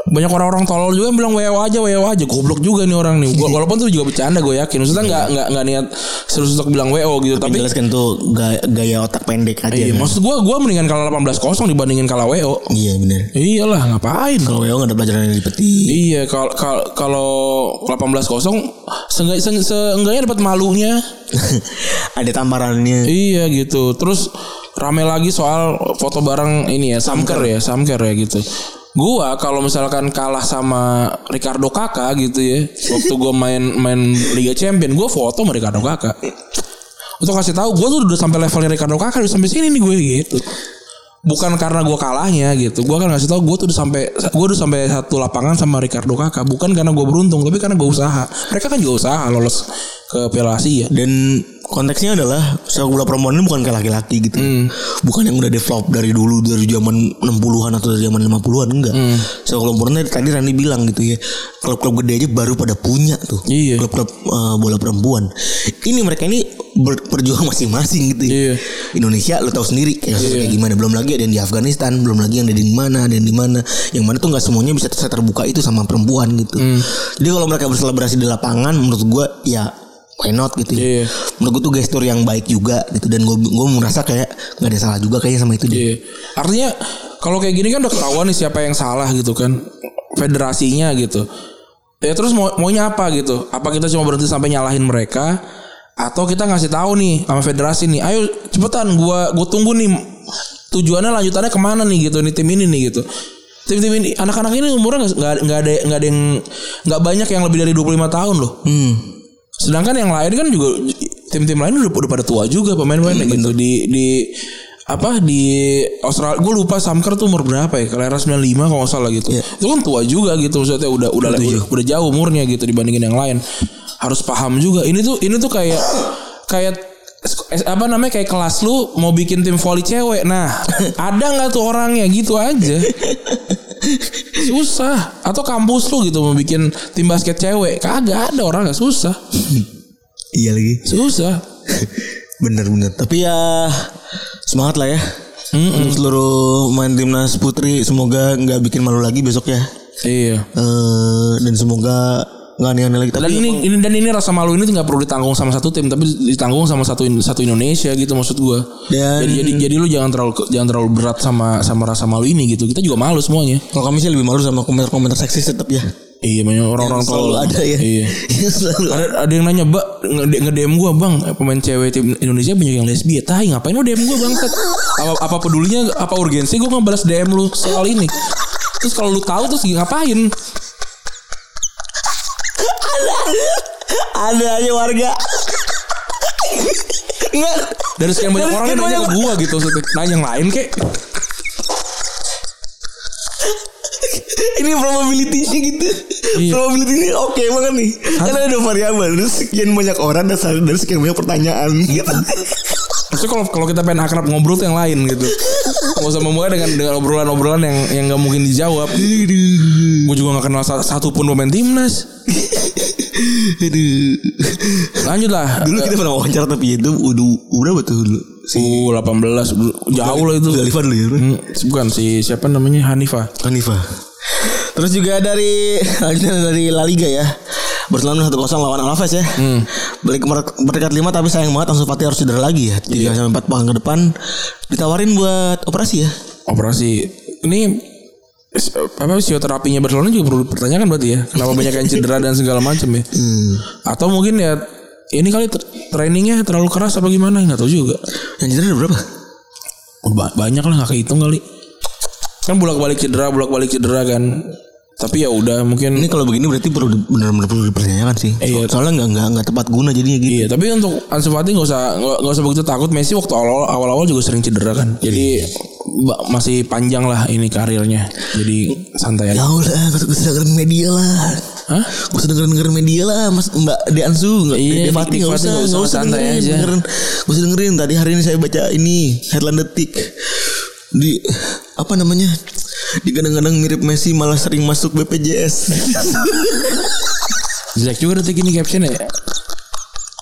Speaker 2: banyak orang-orang tolol juga yang bilang WO aja WO aja goblok juga nih orang nih Gua- walaupun itu juga bercanda gue yakin maksudnya nggak nggak nggak niat serius untuk bilang WO gitu
Speaker 3: Tapi
Speaker 2: tapi,
Speaker 3: jelas kan tuh gaya, gaya otak pendek aja.
Speaker 2: iya,
Speaker 3: kan?
Speaker 2: maksud gue gue mendingan kalah 18-0 dibandingin kalah WO
Speaker 3: Iya benar.
Speaker 2: iyalah ngapain
Speaker 3: Kalau Weo nggak ada pelajaran yang dipetik.
Speaker 2: iya kalau kalau- kalau 18-0 seenggak- se- seenggaknya dapat malunya
Speaker 3: ada tamparannya.
Speaker 2: Iya gitu. Terus rame lagi soal foto bareng ini ya Samker ya, Samker ya gitu. Gua kalau misalkan kalah sama Ricardo Kakak gitu ya, waktu gua main main Liga Champion, gua foto sama Ricardo Kakak. Untuk kasih tahu, gua tuh udah sampai levelnya Ricardo Kakak, udah sampai sini nih gue gitu. bukan karena gue kalahnya gitu gue kan ngasih tau gue tuh udah sampai gue udah sampai satu lapangan sama Ricardo kakak bukan karena gue beruntung tapi karena gue usaha mereka kan juga usaha lolos ke Piala Asia
Speaker 3: Dan konteksnya adalah sepak bola perempuan ini bukan kayak laki-laki gitu.
Speaker 2: Hmm.
Speaker 3: Bukan yang udah develop dari dulu dari zaman 60-an atau dari zaman 50-an enggak.
Speaker 2: Hmm.
Speaker 3: Sepak bola perempuan ini tadi Rani bilang gitu ya. Klub-klub gede aja baru pada punya tuh.
Speaker 2: Iya.
Speaker 3: Klub-klub eh, bola perempuan. Ini mereka ini ber- berjuang masing-masing gitu ya.
Speaker 2: Iya.
Speaker 3: Indonesia lu tahu sendiri kayak, kasusnya kayak gimana. Belum lagi ada yang di Afghanistan, belum lagi yang ada di mana, ada yang di mana. Yang mana tuh nggak semuanya bisa ter- terbuka itu sama perempuan gitu.
Speaker 2: Hmm.
Speaker 3: Jadi kalau mereka berselebrasi di lapangan menurut gua ya why not gitu ya.
Speaker 2: Iya.
Speaker 3: Menurut gue tuh gestur yang baik juga gitu dan gue gue merasa kayak nggak ada salah juga kayaknya sama itu dia.
Speaker 2: Iya. Artinya kalau kayak gini kan udah ketahuan nih siapa yang salah gitu kan federasinya gitu. Ya terus mau maunya apa gitu? Apa kita cuma berhenti sampai nyalahin mereka atau kita ngasih tahu nih sama federasi nih, ayo cepetan gua gua tunggu nih tujuannya lanjutannya kemana nih gitu nih tim ini nih gitu. Tim-tim ini anak-anak ini umurnya nggak nggak ada nggak ada yang nggak banyak yang lebih dari 25 tahun loh.
Speaker 3: Hmm.
Speaker 2: Sedangkan yang lain kan juga tim-tim lain udah, udah pada tua juga pemain-pemain gitu di di apa di Australia gue lupa Samker tuh umur berapa ya kelahiran 95 kalau nggak salah gitu
Speaker 3: Iya.
Speaker 2: itu kan tua juga gitu maksudnya udah udah udah, udah jauh umurnya gitu dibandingin yang lain harus paham juga ini tuh ini tuh kayak kayak eh, apa namanya kayak kelas lu mau bikin tim volley cewek nah ada nggak tuh orangnya gitu aja susah atau kampus lu gitu mau bikin tim basket cewek kagak ada orang nggak susah
Speaker 3: Iya lagi.
Speaker 2: Susah.
Speaker 3: Bener-bener. Tapi ya semangat lah ya. Untuk seluruh main timnas putri semoga nggak bikin malu lagi besok ya.
Speaker 2: Iya.
Speaker 3: Eh dan semoga nggak aneh-aneh lagi. Tapi
Speaker 2: Dan ini, ini dan ini rasa malu ini tuh nggak perlu ditanggung sama satu tim, tapi ditanggung sama satu in- satu Indonesia gitu maksud gua.
Speaker 3: Dan-
Speaker 2: jadi, jadi jadi lu jangan terlalu ke- jangan terlalu berat sama sama rasa malu ini gitu. Kita juga malu semuanya.
Speaker 3: kalau kami sih lebih malu sama komentar-komentar seksis tetap ya.
Speaker 2: Iya, banyak orang-orang
Speaker 3: Selalu
Speaker 2: tolol.
Speaker 3: ada ya.
Speaker 2: Iya.
Speaker 3: Yang selalu
Speaker 2: Ada, ada yang nanya, "Mbak, nge- nge-DM gua, Bang, pemain cewek tim Indonesia banyak yang lesbi ya. Tai, ngapain lu DM gua, Bangsat? Apa apa pedulinya, apa urgensi gua ngebalas DM lu soal ini?" Terus kalau lu tahu terus ngapain?
Speaker 3: ada aja warga. Enggak.
Speaker 2: Dari sekian banyak orang yang nanya ke gua gitu maksudnya. Nanya yang lain kek.
Speaker 3: ini probability-nya gitu.
Speaker 2: Iya.
Speaker 3: Probability ini oke banget nih. Karena ada variabel dari sekian banyak orang dan sa- dari sekian banyak pertanyaan gitu.
Speaker 2: Maksudnya kalau kalau kita pengen akrab ngobrol tuh yang lain gitu. Gak usah memulai dengan dengan obrolan-obrolan yang yang nggak mungkin dijawab. Gue juga nggak kenal sa- satu pun pemain timnas.
Speaker 3: Aduh.
Speaker 2: Lanjut lah.
Speaker 3: Dulu kita pernah wawancara tapi itu udah udah betul dulu. Si
Speaker 2: U 18 jauh lah itu.
Speaker 3: Khalifa dulu ya. bro.
Speaker 2: Hmm, Bukan si siapa namanya Hanifa.
Speaker 3: Hanifah. Terus juga dari lanjutan dari La Liga ya. Barcelona 1-0 lawan Alaves ya. Balik ke mer- peringkat 5 tapi sayang banget Ansu Fati harus cedera lagi ya. 3 sampai 4 pekan ke depan ditawarin buat operasi ya.
Speaker 2: Operasi ini s- apa fisioterapinya Barcelona juga perlu dipertanyakan berarti ya. Kenapa banyak yang cedera dan segala macam ya?
Speaker 3: Hmm.
Speaker 2: Atau mungkin ya ini kali ter- trainingnya terlalu keras apa gimana nggak tahu juga.
Speaker 3: Yang cedera ada berapa?
Speaker 2: Oh, Ba- banyak lah nggak kehitung kali kan bolak balik cedera bolak balik cedera kan tapi ya udah mungkin
Speaker 3: Ini kalau begini berarti perlu di- benar-benar perlu dipertanyakan sih.
Speaker 2: Iya.
Speaker 3: So- Soalnya nggak nggak nggak tepat guna jadinya gitu.
Speaker 2: iya tapi untuk Ansu Fati nggak usah nggak nggak usah begitu takut Messi waktu awal awal, awal juga sering cedera kan jadi ba- masih panjang lah ini karirnya jadi santai aja
Speaker 3: Jauh lah, gak usah dengerin media lah.
Speaker 2: Hah?
Speaker 3: Gak usah dengerin dengerin media lah, Mas Mbak De Ansu, nggak
Speaker 2: Iya,
Speaker 3: De Fati
Speaker 2: Dik
Speaker 3: nggak
Speaker 2: Fati nggak
Speaker 3: usah,
Speaker 2: usah,
Speaker 3: nggak usah
Speaker 2: santai
Speaker 3: dengerin,
Speaker 2: aja.
Speaker 3: dengerin. Nggak usah dengerin. Tadi hari ini saya baca ini headline detik di apa namanya? Digadang-gadang mirip Messi malah sering masuk BPJS.
Speaker 2: jelek juga detik ini captionnya ya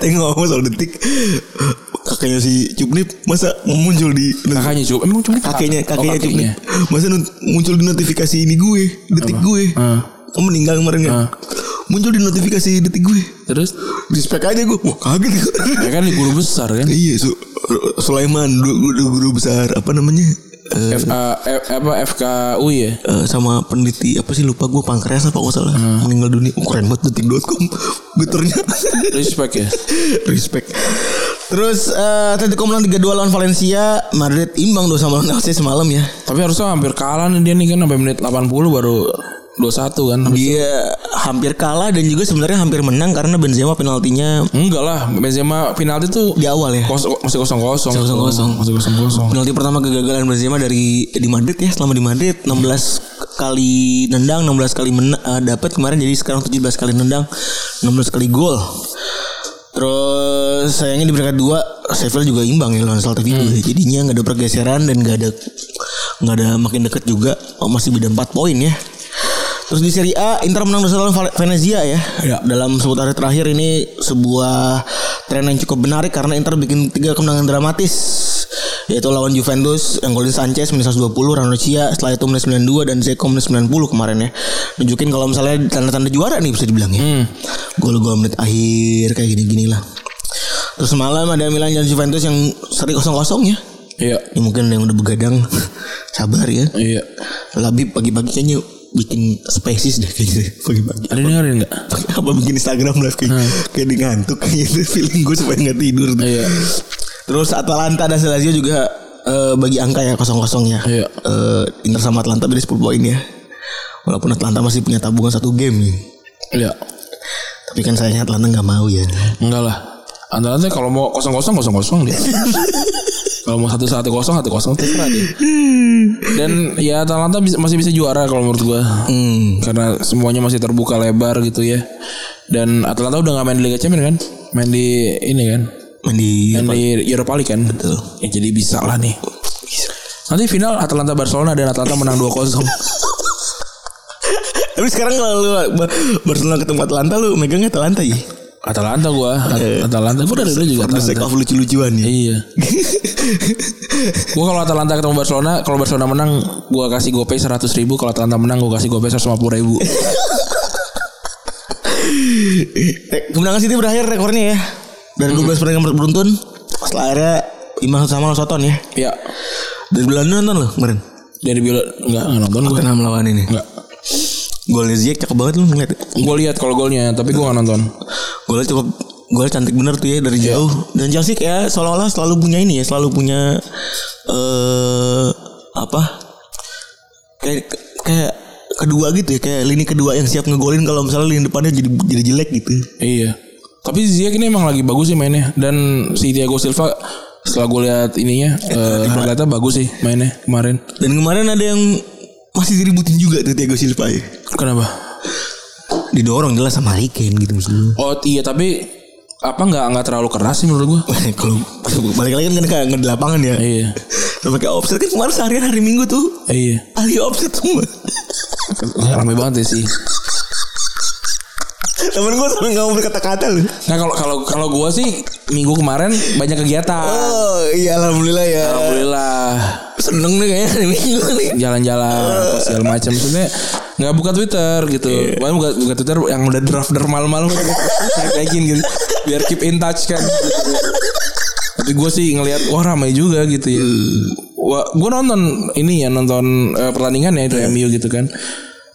Speaker 3: Tengok ngomong soal detik kakaknya si Cupnip masa muncul di
Speaker 2: kakaknya cukup emang cuma
Speaker 3: kakeknya
Speaker 2: oh,
Speaker 3: kakeknya Cupnip
Speaker 2: kakeknya.
Speaker 3: masa nun- muncul di notifikasi ini gue detik gue
Speaker 2: Ah.
Speaker 3: Kamu meninggal kemarin kan
Speaker 2: Ah.
Speaker 3: muncul di notifikasi detik gue
Speaker 2: terus
Speaker 3: respect aja gue wah kaget gue.
Speaker 2: ya kan di guru besar kan
Speaker 3: iya Su Sulaiman guru, guru, guru besar apa namanya Eh,
Speaker 2: F, A- F- apa FKU ya
Speaker 3: eh, sama peneliti apa sih lupa gue pankreas apa nggak salah
Speaker 2: Ah.
Speaker 3: meninggal dunia oh, keren banget detik.com geternya
Speaker 2: respect ya
Speaker 3: respect terus eh, Atletico menang 3-2 lawan Valencia Madrid imbang 2 sama lawan AC semalam ya
Speaker 2: Tapi harusnya hampir kalah nih dia nih kan sampai menit 80 baru 21 kan.
Speaker 3: Dia hampir kalah dan juga sebenarnya hampir menang karena Benzema penaltinya
Speaker 2: Enggak lah, Benzema penalti tuh
Speaker 3: di awal ya.
Speaker 2: kos- masih kosong kosong.
Speaker 3: 0-0.
Speaker 2: Masih kosong kosong.
Speaker 3: Penalti pertama kegagalan Benzema dari di Madrid ya selama di Madrid 16 kali nendang 16 kali mena, eh, dapat kemarin jadi sekarang 17 kali nendang 16 kali gol. Terus sayangnya di peringkat 2 Sheffield juga imbang ya lawan Celta Vigo. ya. Jadinya nggak ada pergeseran dan nggak ada nggak ada makin deket juga Oh, masih beda 4 poin ya. Terus di Serie A Inter menang dua lawan Val- Venezia ya. Dalam seputaran terakhir ini sebuah tren yang cukup menarik karena Inter bikin tiga kemenangan dramatis yaitu lawan Juventus yang golin Sanchez minus 120, Ranocchia setelah itu minus 92 dan Zeko minus 90 kemarin ya. Nunjukin kalau misalnya tanda-tanda juara nih bisa dibilang ya. Gol-gol menit akhir kayak gini-gini lah. Terus malam ada Milan dan Juventus yang seri kosong-kosong ya.
Speaker 2: Iya.
Speaker 3: Ini mungkin yang udah begadang sabar ya.
Speaker 2: Iya.
Speaker 3: Labib pagi-pagi kayaknya bikin spaces deh kayaknya pagi-pagi.
Speaker 2: Ada yang dengerin enggak?
Speaker 3: Apa bikin Instagram live kayak, kayak dia ngantuk kayaknya itu feeling gue supaya nggak tidur. tuh.
Speaker 2: Hmm. Iya.
Speaker 3: Terus Atalanta dan Lazio juga eh, bagi angka ya kosong-kosong ya.
Speaker 2: Iya.
Speaker 3: Eh, Inter sama Atalanta beda 10 poin ya. Walaupun Atalanta masih punya tabungan satu game nih.
Speaker 2: Iya.
Speaker 3: Tapi kan sayangnya Atalanta nggak mau ya.
Speaker 2: Enggak lah. Antara nanti kalau mau kosong kosong kosong kosong dia. kalau mau satu satu kosong satu kosong terserah dia. Dan ya Atalanta bisa- masih bisa juara kalau menurut gua.
Speaker 3: Hmm,
Speaker 2: Karena semuanya masih terbuka lebar gitu ya. Dan Atalanta udah nggak main di Liga Champions kan? Main di ini kan?
Speaker 3: Main di
Speaker 2: Main di Europa League kan? Betul. Ya jadi bisa lah nih. Nanti final Atalanta Barcelona dan Atalanta menang 2-0.
Speaker 3: Tapi sekarang kalau lu Bar- Barcelona ketemu Atalanta lu megangnya Atalanta ya.
Speaker 2: Atalanta gua, At- Atalanta gua dari dulu juga
Speaker 3: For the sake
Speaker 2: Iya, Atalanta.
Speaker 3: of lucu-lucuan ya.
Speaker 2: Iya. Gue kalau Atalanta ketemu Barcelona, kalau Barcelona menang, gue kasih gopay seratus ribu. Kalau Atalanta menang, gue kasih gopay seratus ribu.
Speaker 3: Re- Eh, Kemenangan City berakhir rekornya ya. Dari 12 pertandingan beruntun setelah akhirnya imbang satu sama lawan Soton ya.
Speaker 2: ya.
Speaker 3: Dari Belanda nonton loh kemarin.
Speaker 2: Dari biola nggak nggak nonton gue.
Speaker 3: Tottenham melawan ini.
Speaker 2: Nggak.
Speaker 3: Golnya Ziyech cakep banget lu ngeliat.
Speaker 2: Gue lihat kalau golnya, tapi gue nggak nonton.
Speaker 3: Golnya cukup golnya cantik bener tuh ya dari jauh. Dan Chelsea ya seolah-olah selalu punya ini ya, selalu punya eh apa? Kayak kayak kedua gitu ya kayak lini kedua yang siap ngegolin kalau misalnya lini depannya jadi jadi jelek gitu.
Speaker 2: Iya. Tapi Ziyech ini emang lagi bagus sih mainnya. Dan si Thiago Silva setelah gue lihat ininya, eh, ternyata bagus sih mainnya kemarin.
Speaker 3: Dan kemarin ada yang masih diributin juga tuh Thiago Silva ya.
Speaker 2: Kenapa?
Speaker 3: Didorong jelas sama Harry Kane gitu maksudnya.
Speaker 2: Oh iya, tapi apa nggak nggak terlalu keras sih menurut gue?
Speaker 3: Kalau balik lagi kan kayak nggak di lapangan ya.
Speaker 2: Iya.
Speaker 3: Terus pakai offset kan kemarin seharian hari Minggu tuh
Speaker 2: Iya.
Speaker 3: ahli offset semua.
Speaker 2: Ramai banget ya sih.
Speaker 3: Temen gue sampai nggak mau berkata-kata loh.
Speaker 2: Nah kalau kalau kalau gue sih minggu kemarin banyak kegiatan.
Speaker 3: Oh iya alhamdulillah ya.
Speaker 2: Alhamdulillah
Speaker 3: Seneng nih kayaknya hari Minggu nih.
Speaker 2: jalan-jalan apa segala macam sebenarnya nggak buka Twitter gitu. Bahkan buka, buka Twitter yang udah draft dari malam-malam gitu. Saya tagin gitu biar keep in touch kan. Tapi gue sih ngelihat wah ramai juga gitu ya. Wah, gue nonton ini ya nonton eh, pertandingan ya itu MU gitu kan.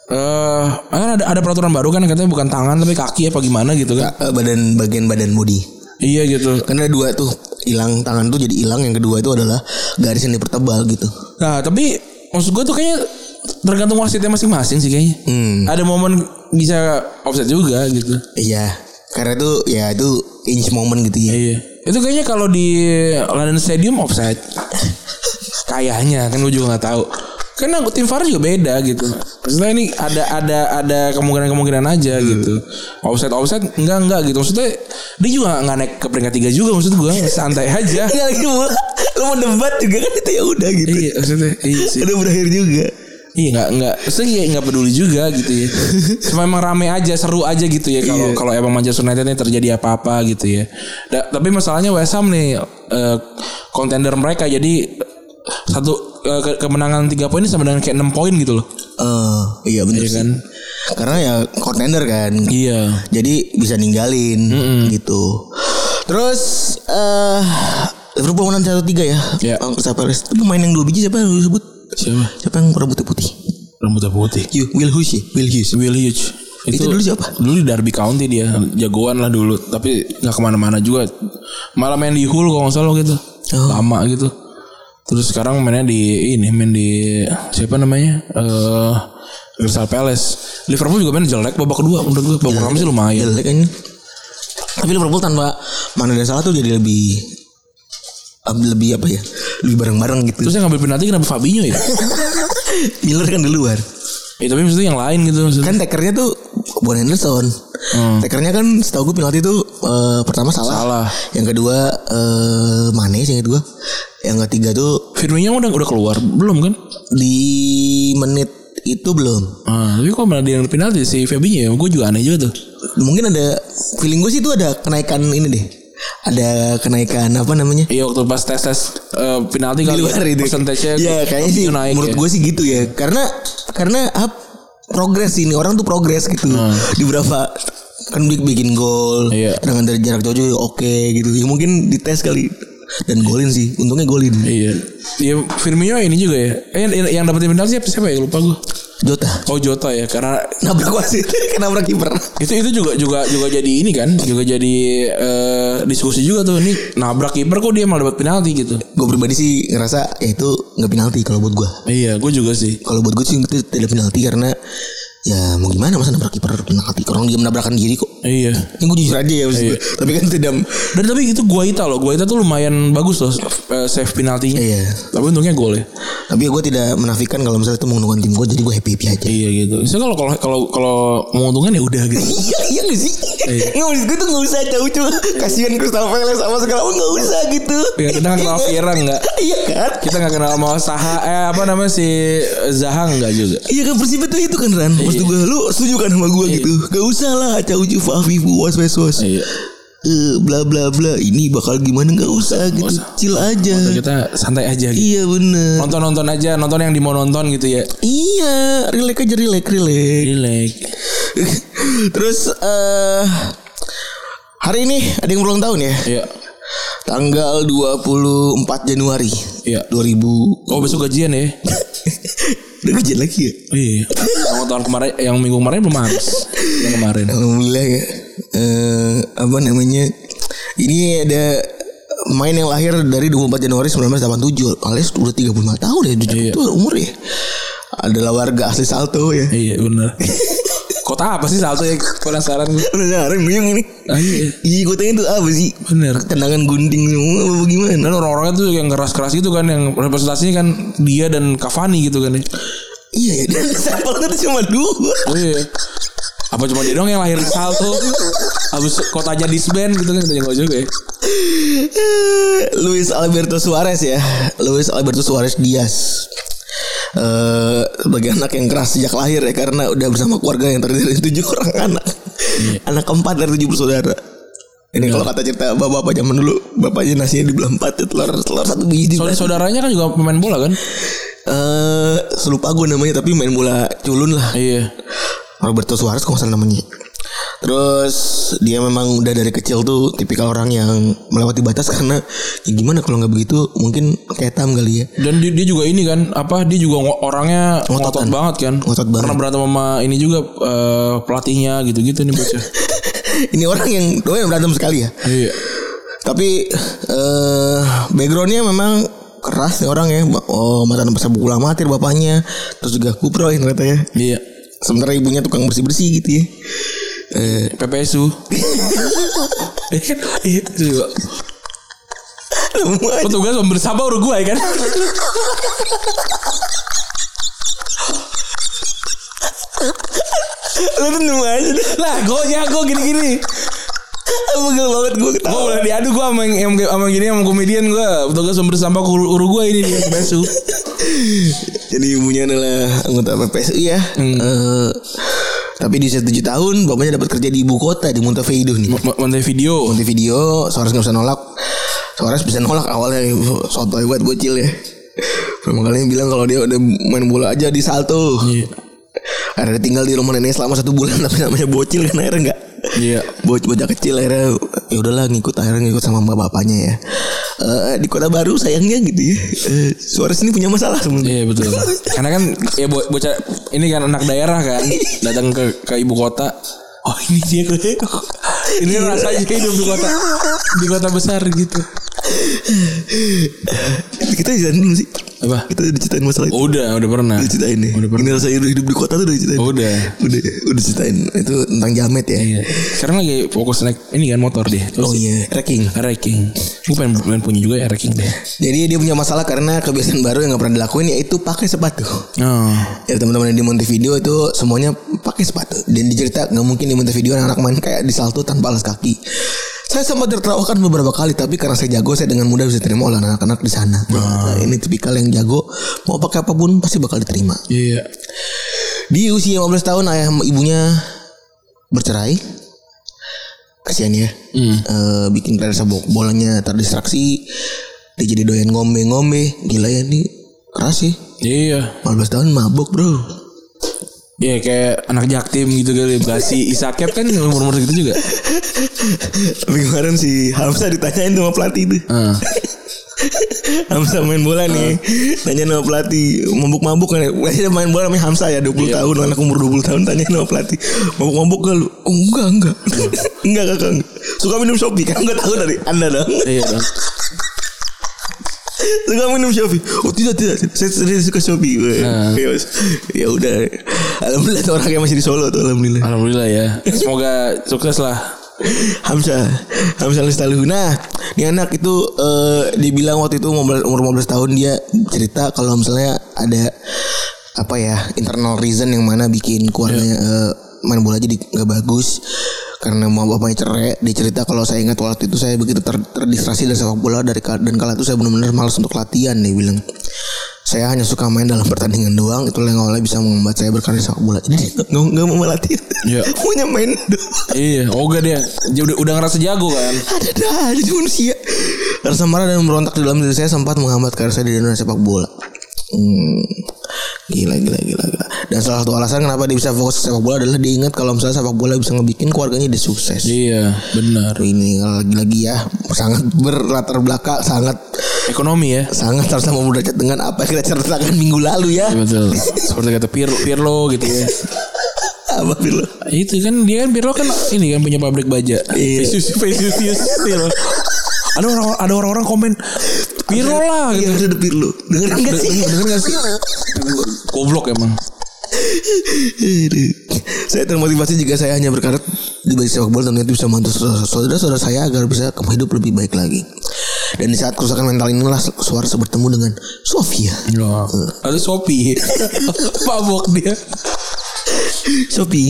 Speaker 2: Eh, kan ada ada peraturan baru kan yang katanya bukan tangan tapi kaki apa gimana gitu kan.
Speaker 3: Eh, Badan bagian badan body.
Speaker 2: Iya gitu.
Speaker 3: Karena ada dua tuh hilang tangan tuh jadi hilang yang kedua itu adalah garis yang dipertebal gitu.
Speaker 2: Nah tapi maksud gue tuh kayaknya tergantung wasitnya masing-masing sih kayaknya.
Speaker 3: Hmm.
Speaker 2: Ada momen bisa offset juga gitu.
Speaker 3: Iya. Karena itu ya itu inch moment gitu ya.
Speaker 2: Iya. Itu kayaknya kalau di London Stadium offset. kayaknya kan gue juga nggak tahu. Karena tim VAR juga beda gitu. Maksudnya ini ada ada ada kemungkinan-kemungkinan aja gitu. Offset offset enggak enggak gitu. Maksudnya dia juga nggak naik ke peringkat tiga juga maksud gue santai aja.
Speaker 3: Enggak lagi mau lu mau debat juga kan itu ya udah gitu.
Speaker 2: iya maksudnya iya sih.
Speaker 3: Udah berakhir juga.
Speaker 2: Iya nggak nggak, saya kayak nggak peduli juga gitu ya. Cuma emang rame aja, seru aja gitu ya. Kalau kalau emang Manchester United ini terjadi apa-apa gitu ya. Da- tapi masalahnya West Ham nih eh, kontender mereka jadi eh, satu eh, ke- kemenangan tiga poin ini sama dengan kayak enam poin gitu loh.
Speaker 3: Eh iya bener
Speaker 2: Iya
Speaker 3: sih.
Speaker 2: kan?
Speaker 3: Karena ya contender kan.
Speaker 2: Iya.
Speaker 3: Jadi bisa ninggalin gitu. Terus eh Liverpool menang 1-3 ya.
Speaker 2: Iya.
Speaker 3: Lawan Crystal Palace. Itu pemain yang dua biji siapa yang lu sebut?
Speaker 2: Siapa?
Speaker 3: Siapa yang rambutnya putih?
Speaker 2: Rambutnya putih.
Speaker 3: You, Will Hughes ya? Will Hughes.
Speaker 2: Will Hughes.
Speaker 3: Itu dulu siapa? Hmm.
Speaker 2: Dulu di Derby County dia jagoan lah dulu,
Speaker 3: Oh.
Speaker 2: tapi nggak kemana-mana juga. Malah main di Hull kalau nggak salah gitu, lama gitu. Terus sekarang mainnya di ini main di siapa namanya? Eh Crystal Palace. Liverpool juga main jelek babak kedua menurut gue. Babak pertama sih lumayan.
Speaker 3: jelek kan tapi Liverpool tanpa mana dan salah tuh jadi lebih lebih apa ya lebih bareng-bareng gitu
Speaker 2: Terus yang ngambil penalti kenapa Fabinho ya?
Speaker 3: Miller kan di luar
Speaker 2: ya tapi maksudnya yang lain gitu maksudnya.
Speaker 3: kan tekernya tuh bukan Henderson tekernya kan setahu gue penalti tuh eh, pertama salah.
Speaker 2: Salah.
Speaker 3: yang kedua eh Mane sih yang kedua yang ketiga tuh
Speaker 2: Firmino udah udah keluar belum kan?
Speaker 3: di menit itu belum
Speaker 2: Ah, tapi kok malah dia yang penalti si Fabinho ya? Gue juga aneh juga tuh.
Speaker 3: mungkin ada feeling gue sih itu ada kenaikan ini deh ada kenaikan apa namanya
Speaker 2: Iya waktu pas tes tes eh, penalti
Speaker 3: di
Speaker 2: kali
Speaker 3: luar itu
Speaker 2: persentase
Speaker 3: ya kayaknya sih
Speaker 2: naik
Speaker 3: menurut
Speaker 2: ya.
Speaker 3: gue sih gitu ya karena karena ap- progres ini orang tuh progres gitu di berapa kan dia bikin
Speaker 2: Hmm.
Speaker 3: gol
Speaker 2: Iya.
Speaker 3: dengan dari jarak jauh juga oke gitu ya mungkin dites kali dan golin sih untungnya golin
Speaker 2: Iya. Iya Firmino ini juga ya. Eh, yang, yang dapetin penalti siapa, siapa ya? Lupa gue.
Speaker 3: Jota
Speaker 2: Oh Jota ya karena
Speaker 3: nabrak wasit nabrak kiper
Speaker 2: itu itu juga juga juga jadi ini kan juga jadi eh, diskusi juga tuh ini nabrak kiper kok dia malah dapat penalti gitu
Speaker 3: gue pribadi sih ngerasa ya itu nggak penalti kalau buat gue
Speaker 2: iya gue juga sih
Speaker 3: kalau buat gue sih itu tidak penalti karena ya mau gimana masa nabrak kiper penalti orang dia menabrakan diri kok
Speaker 2: iya
Speaker 3: ini gue jujur aja ya maksud gue. tapi kan tidak
Speaker 2: dan tapi itu Guaita loh Guaita tuh lumayan bagus loh eh, save penaltinya
Speaker 3: iya
Speaker 2: tapi untungnya gol ya
Speaker 3: Tapi ya gue tidak menafikan kalau misalnya itu menguntungkan tim gue, jadi gue happy happy aja.
Speaker 2: iya gitu so kalau kalau kalau kalau menguntungkan ya udah gitu
Speaker 3: Iya iya gak sih? Iya maksud gue tuh gak usah jauh cuma kasihan Crystal Palace sama segala macam gak usah gitu.
Speaker 2: ya, kita nggak kenal Vieira nggak
Speaker 3: Iya kan?
Speaker 2: kita nggak kenal sama Saha eh apa namanya si Zaha nggak juga
Speaker 3: Iya kan persibnya tuh itu kan Ran Maksud gue lu setuju kan sama gue gitu Gak usah lah jauh cuma Fafifu was was was
Speaker 2: iya
Speaker 3: Eh, Bla bla bla ini bakal gimana gak usah gitu Chill aja
Speaker 2: Nah, kita santai aja gitu
Speaker 3: Iya bener
Speaker 2: nonton nonton aja nonton yang di mau nonton gitu ya
Speaker 3: Iya relax aja relax relax
Speaker 2: relax
Speaker 3: Terus eh hari ini ada yang ulang tahun ya?
Speaker 2: Iya.
Speaker 3: Tanggal 24 Januari. eh,
Speaker 2: Iya.
Speaker 3: 2000.
Speaker 2: Oh besok gajian ya?
Speaker 3: Udah gajian lagi ya?
Speaker 2: Iya. Yang tahun kemarin, yang minggu kemarin belum habis. Yang kemarin.
Speaker 3: Alhamdulillah ya. Eh apa namanya? Ini ada main yang lahir dari 24 Januari 1987 alias udah 35 tahun ya
Speaker 2: Iya.
Speaker 3: itu umur ya adalah warga asli Salto ya
Speaker 2: Iya benar. Kota apa sih Salto ya? Penasaran gue.
Speaker 3: udah jarang bingung ini
Speaker 2: Ah, iya.
Speaker 3: iya gue tanya itu apa sih
Speaker 2: Bener.
Speaker 3: tendangan gunting semua apa gimana
Speaker 2: Dan orang-orangnya tuh yang keras-keras gitu kan, yang representasinya kan dia dan Cavani gitu kan ya.
Speaker 3: Iya ya, dan sampelnya tuh cuma dua.
Speaker 2: Oh iya. Apa cuma dia doang yang lahir di Salto? Habis kota jadi disband gitu kan kita nggak juga ya.
Speaker 3: Luis Alberto Suarez ya. Luis Alberto Suarez Diaz. Eh sebagai anak yang keras sejak lahir ya karena udah bersama keluarga yang terdiri dari tujuh orang anak. Anak keempat dari tujuh bersaudara. Ini kalau kata cerita bapak-bapak zaman dulu, bapaknya nasinya dibelah empat, ya, telur telur satu biji.
Speaker 2: Soalnya saudaranya kan juga pemain bola kan?
Speaker 3: Eh, selupa gue namanya tapi main bola culun lah.
Speaker 2: Iya.
Speaker 3: Roberto Suarez kok nggak salah namanya. Terus dia memang udah dari kecil tuh tipikal orang yang melewati batas karena ya gimana kalau nggak begitu mungkin kayak tam kali ya.
Speaker 2: Dan dia, dia juga ini kan apa dia juga ngo- orangnya ngotot
Speaker 3: Ngototan.
Speaker 2: banget kan.
Speaker 3: Ngotot banget.
Speaker 2: Pernah berantem sama ini juga eh, pelatihnya gitu-gitu nih bocah.
Speaker 3: Ini orang yang doa yang berantem sekali ya.
Speaker 2: iya.
Speaker 3: Tapi eh backgroundnya memang keras nih orang ya. Oh mantan pesepak bola amatir bapaknya. Terus juga kuproin ternyata ya.
Speaker 2: Iya.
Speaker 3: Sementara ibunya tukang bersih bersih gitu ya. Eh,
Speaker 2: PPSU. Eh, kan, iya, juga.
Speaker 3: semua
Speaker 2: Petugas pembersih Uruguay kan.
Speaker 3: lu tuh nemu aja deh.
Speaker 2: lah, gue jago gini-gini.
Speaker 3: Pegel banget gue
Speaker 2: Gue
Speaker 3: ketawa.
Speaker 2: boleh diadu gue sama yang sama, yang gini sama komedian gue. Petugas pembersih sampah Ur- Uruguay ini dia PPSU.
Speaker 3: Jadi ibunya adalah anggota PPSU ya.
Speaker 2: Hmm.
Speaker 3: Eh, tapi di usia 7 tahun bapaknya dapat kerja di ibu kota di Montevideo nih.
Speaker 2: M- M- Montevideo.
Speaker 3: Montevideo Suarez nggak bisa nolak. Suarez bisa nolak awalnya soto buat bocil ya. Pertama kali bilang kalau dia udah main bola aja di Salto.
Speaker 2: Iya.
Speaker 3: Akhirnya tinggal di rumah nenek selama satu bulan tapi namanya bocil kan akhirnya enggak.
Speaker 2: Iya.
Speaker 3: Bocil bocah kecil akhirnya ya udahlah ngikut akhirnya ngikut sama bapak bapaknya ya. Eh, di kota baru sayangnya gitu ya. Eh, Suarez ini punya masalah
Speaker 2: Iya
Speaker 3: sebenarnya.
Speaker 2: betul. Karena kan ya bo- bocah ini kan anak daerah kan datang ke ke ibu kota. Oh ini dia ini
Speaker 3: Iya.
Speaker 2: rasanya hidup di kota di kota besar gitu.
Speaker 3: kita ceritain belum sih?
Speaker 2: Apa?
Speaker 3: Kita udah ceritain masalah itu.
Speaker 2: Udah, udah pernah.
Speaker 3: Udah ceritain nih.
Speaker 2: Udah Oh. pernah.
Speaker 3: Ini rasa hidup, hidup di kota tuh udah ceritain.
Speaker 2: Udah.
Speaker 3: Udah, udah ceritain. Itu tentang jamet ya.
Speaker 2: Iya. Sekarang lagi fokus naik ini kan motor dia.
Speaker 3: Oh iya, wrecking.
Speaker 2: Raking. Gue pengen, pengen punya juga ya raking deh.
Speaker 3: Jadi dia punya masalah karena kebiasaan baru yang gak pernah dilakuin yaitu pakai sepatu.
Speaker 2: Oh.
Speaker 3: Ya teman-teman yang di Montevideo itu semuanya pakai sepatu dan dicerita nggak mungkin di Montevideo anak-anak main kayak disalto tanpa alas kaki. Saya sempat ditertawakan beberapa kali tapi karena saya jago saya dengan mudah bisa terima oleh anak-anak di sana. Nah, ini tipikal yang jago mau pakai apapun pasti bakal diterima.
Speaker 2: Iya.
Speaker 3: Di usia 15 tahun ayah sama ibunya bercerai. Kasihan ya. Eh, bikin karena sabok bolanya terdistraksi. Dia jadi doyan ngombe-ngombe. Gila ya nih. Keras sih.
Speaker 2: Iya.
Speaker 3: 15 tahun mabok bro.
Speaker 2: Iya kayak anak jaktim gitu kali. Basi Isaket kan umur-umur segitu juga.
Speaker 3: Tapi kemarin si Hamzah ditanyain sama pelatih itu.
Speaker 2: Heeh.
Speaker 3: Hamzah main bola nih. Tanya sama pelatih, mabuk-mabuk kan. ya? Wah, Dia main bola namanya Hamzah ya 20 tahun, anak umur 20 tahun tanya sama pelatih. Mabuk-mabuk gak lu? Oh, enggak, enggak. enggak, kakak. enggak. Suka minum Shopee kan enggak tahu dari Anda dong.
Speaker 2: iya dong.
Speaker 3: suka minum Shopee. Oh, tidak, tidak. Saya sendiri suka Shopee. Wah,
Speaker 2: Nah.
Speaker 3: Ya, wes. Ya udah. Alhamdulillah tuh orangnya masih di Solo tuh alhamdulillah.
Speaker 2: Alhamdulillah ya. Semoga sukses lah.
Speaker 3: Hamzah Hamzah Lestaluna Ini anak itu eh, Dibilang waktu itu umur 15 umur 15 tahun Dia cerita kalau misalnya ada Apa ya Internal reason yang mana bikin keluarganya eh, Main bola jadi gak bagus karena mau bapaknya cerai dia cerita kalau saya ingat waktu itu saya begitu ter terdistraksi dari sepak bola dari kal- dan kala itu saya benar-benar malas untuk latihan dia bilang saya hanya suka main dalam pertandingan doang itulah yang awalnya bisa membuat saya berkarya di sepak bola jadi dia nggak- nggak nggak mau latihan
Speaker 2: Iya.
Speaker 3: maunya main doang
Speaker 2: Iya. Oga dia. Dia udah, udah ngerasa jago kan.
Speaker 3: ada ada aja di manusia rasa marah dan berontak di dalam diri saya sempat menghambat karir saya di dunia sepak bola Hmm, gila gila gila gila dan salah satu alasan kenapa dia bisa fokus ke sepak bola adalah dia ingat kalau misalnya sepak bola bisa ngebikin keluarganya dia sukses
Speaker 2: Iya. Benar.
Speaker 3: ini lagi-lagi ya sangat berlatar belakang sangat
Speaker 2: Ekonomi ya.
Speaker 3: sangat harus sama derajat dengan apa yang kita ceritakan minggu lalu ya
Speaker 2: Iya, Betul. Seperti kata Pirlo, Pirlo gitu ya.
Speaker 3: apa Firlo?
Speaker 2: Itu kan dia kan Pirlo kan ini kan punya pabrik baja.
Speaker 3: Iya.
Speaker 2: Vicious Vicious Vicious Steel. Ada orang ada orang-orang komen Pirlo lah
Speaker 3: Iya
Speaker 2: gitu.
Speaker 3: harus ada Firlo dengan enggak sih
Speaker 2: Bener gak sih? Goblok emang.
Speaker 3: Aduh. saya termotivasi jika saya hanya berkarat di balik sepak bola tentunya itu bisa membantu saudara-saudara saya agar bisa hidup lebih baik lagi. Dan di saat kerusakan mental inilah suara saya bertemu dengan Sofia.
Speaker 2: Loh. Ada Shopee. Mabok dia.
Speaker 3: Sopi,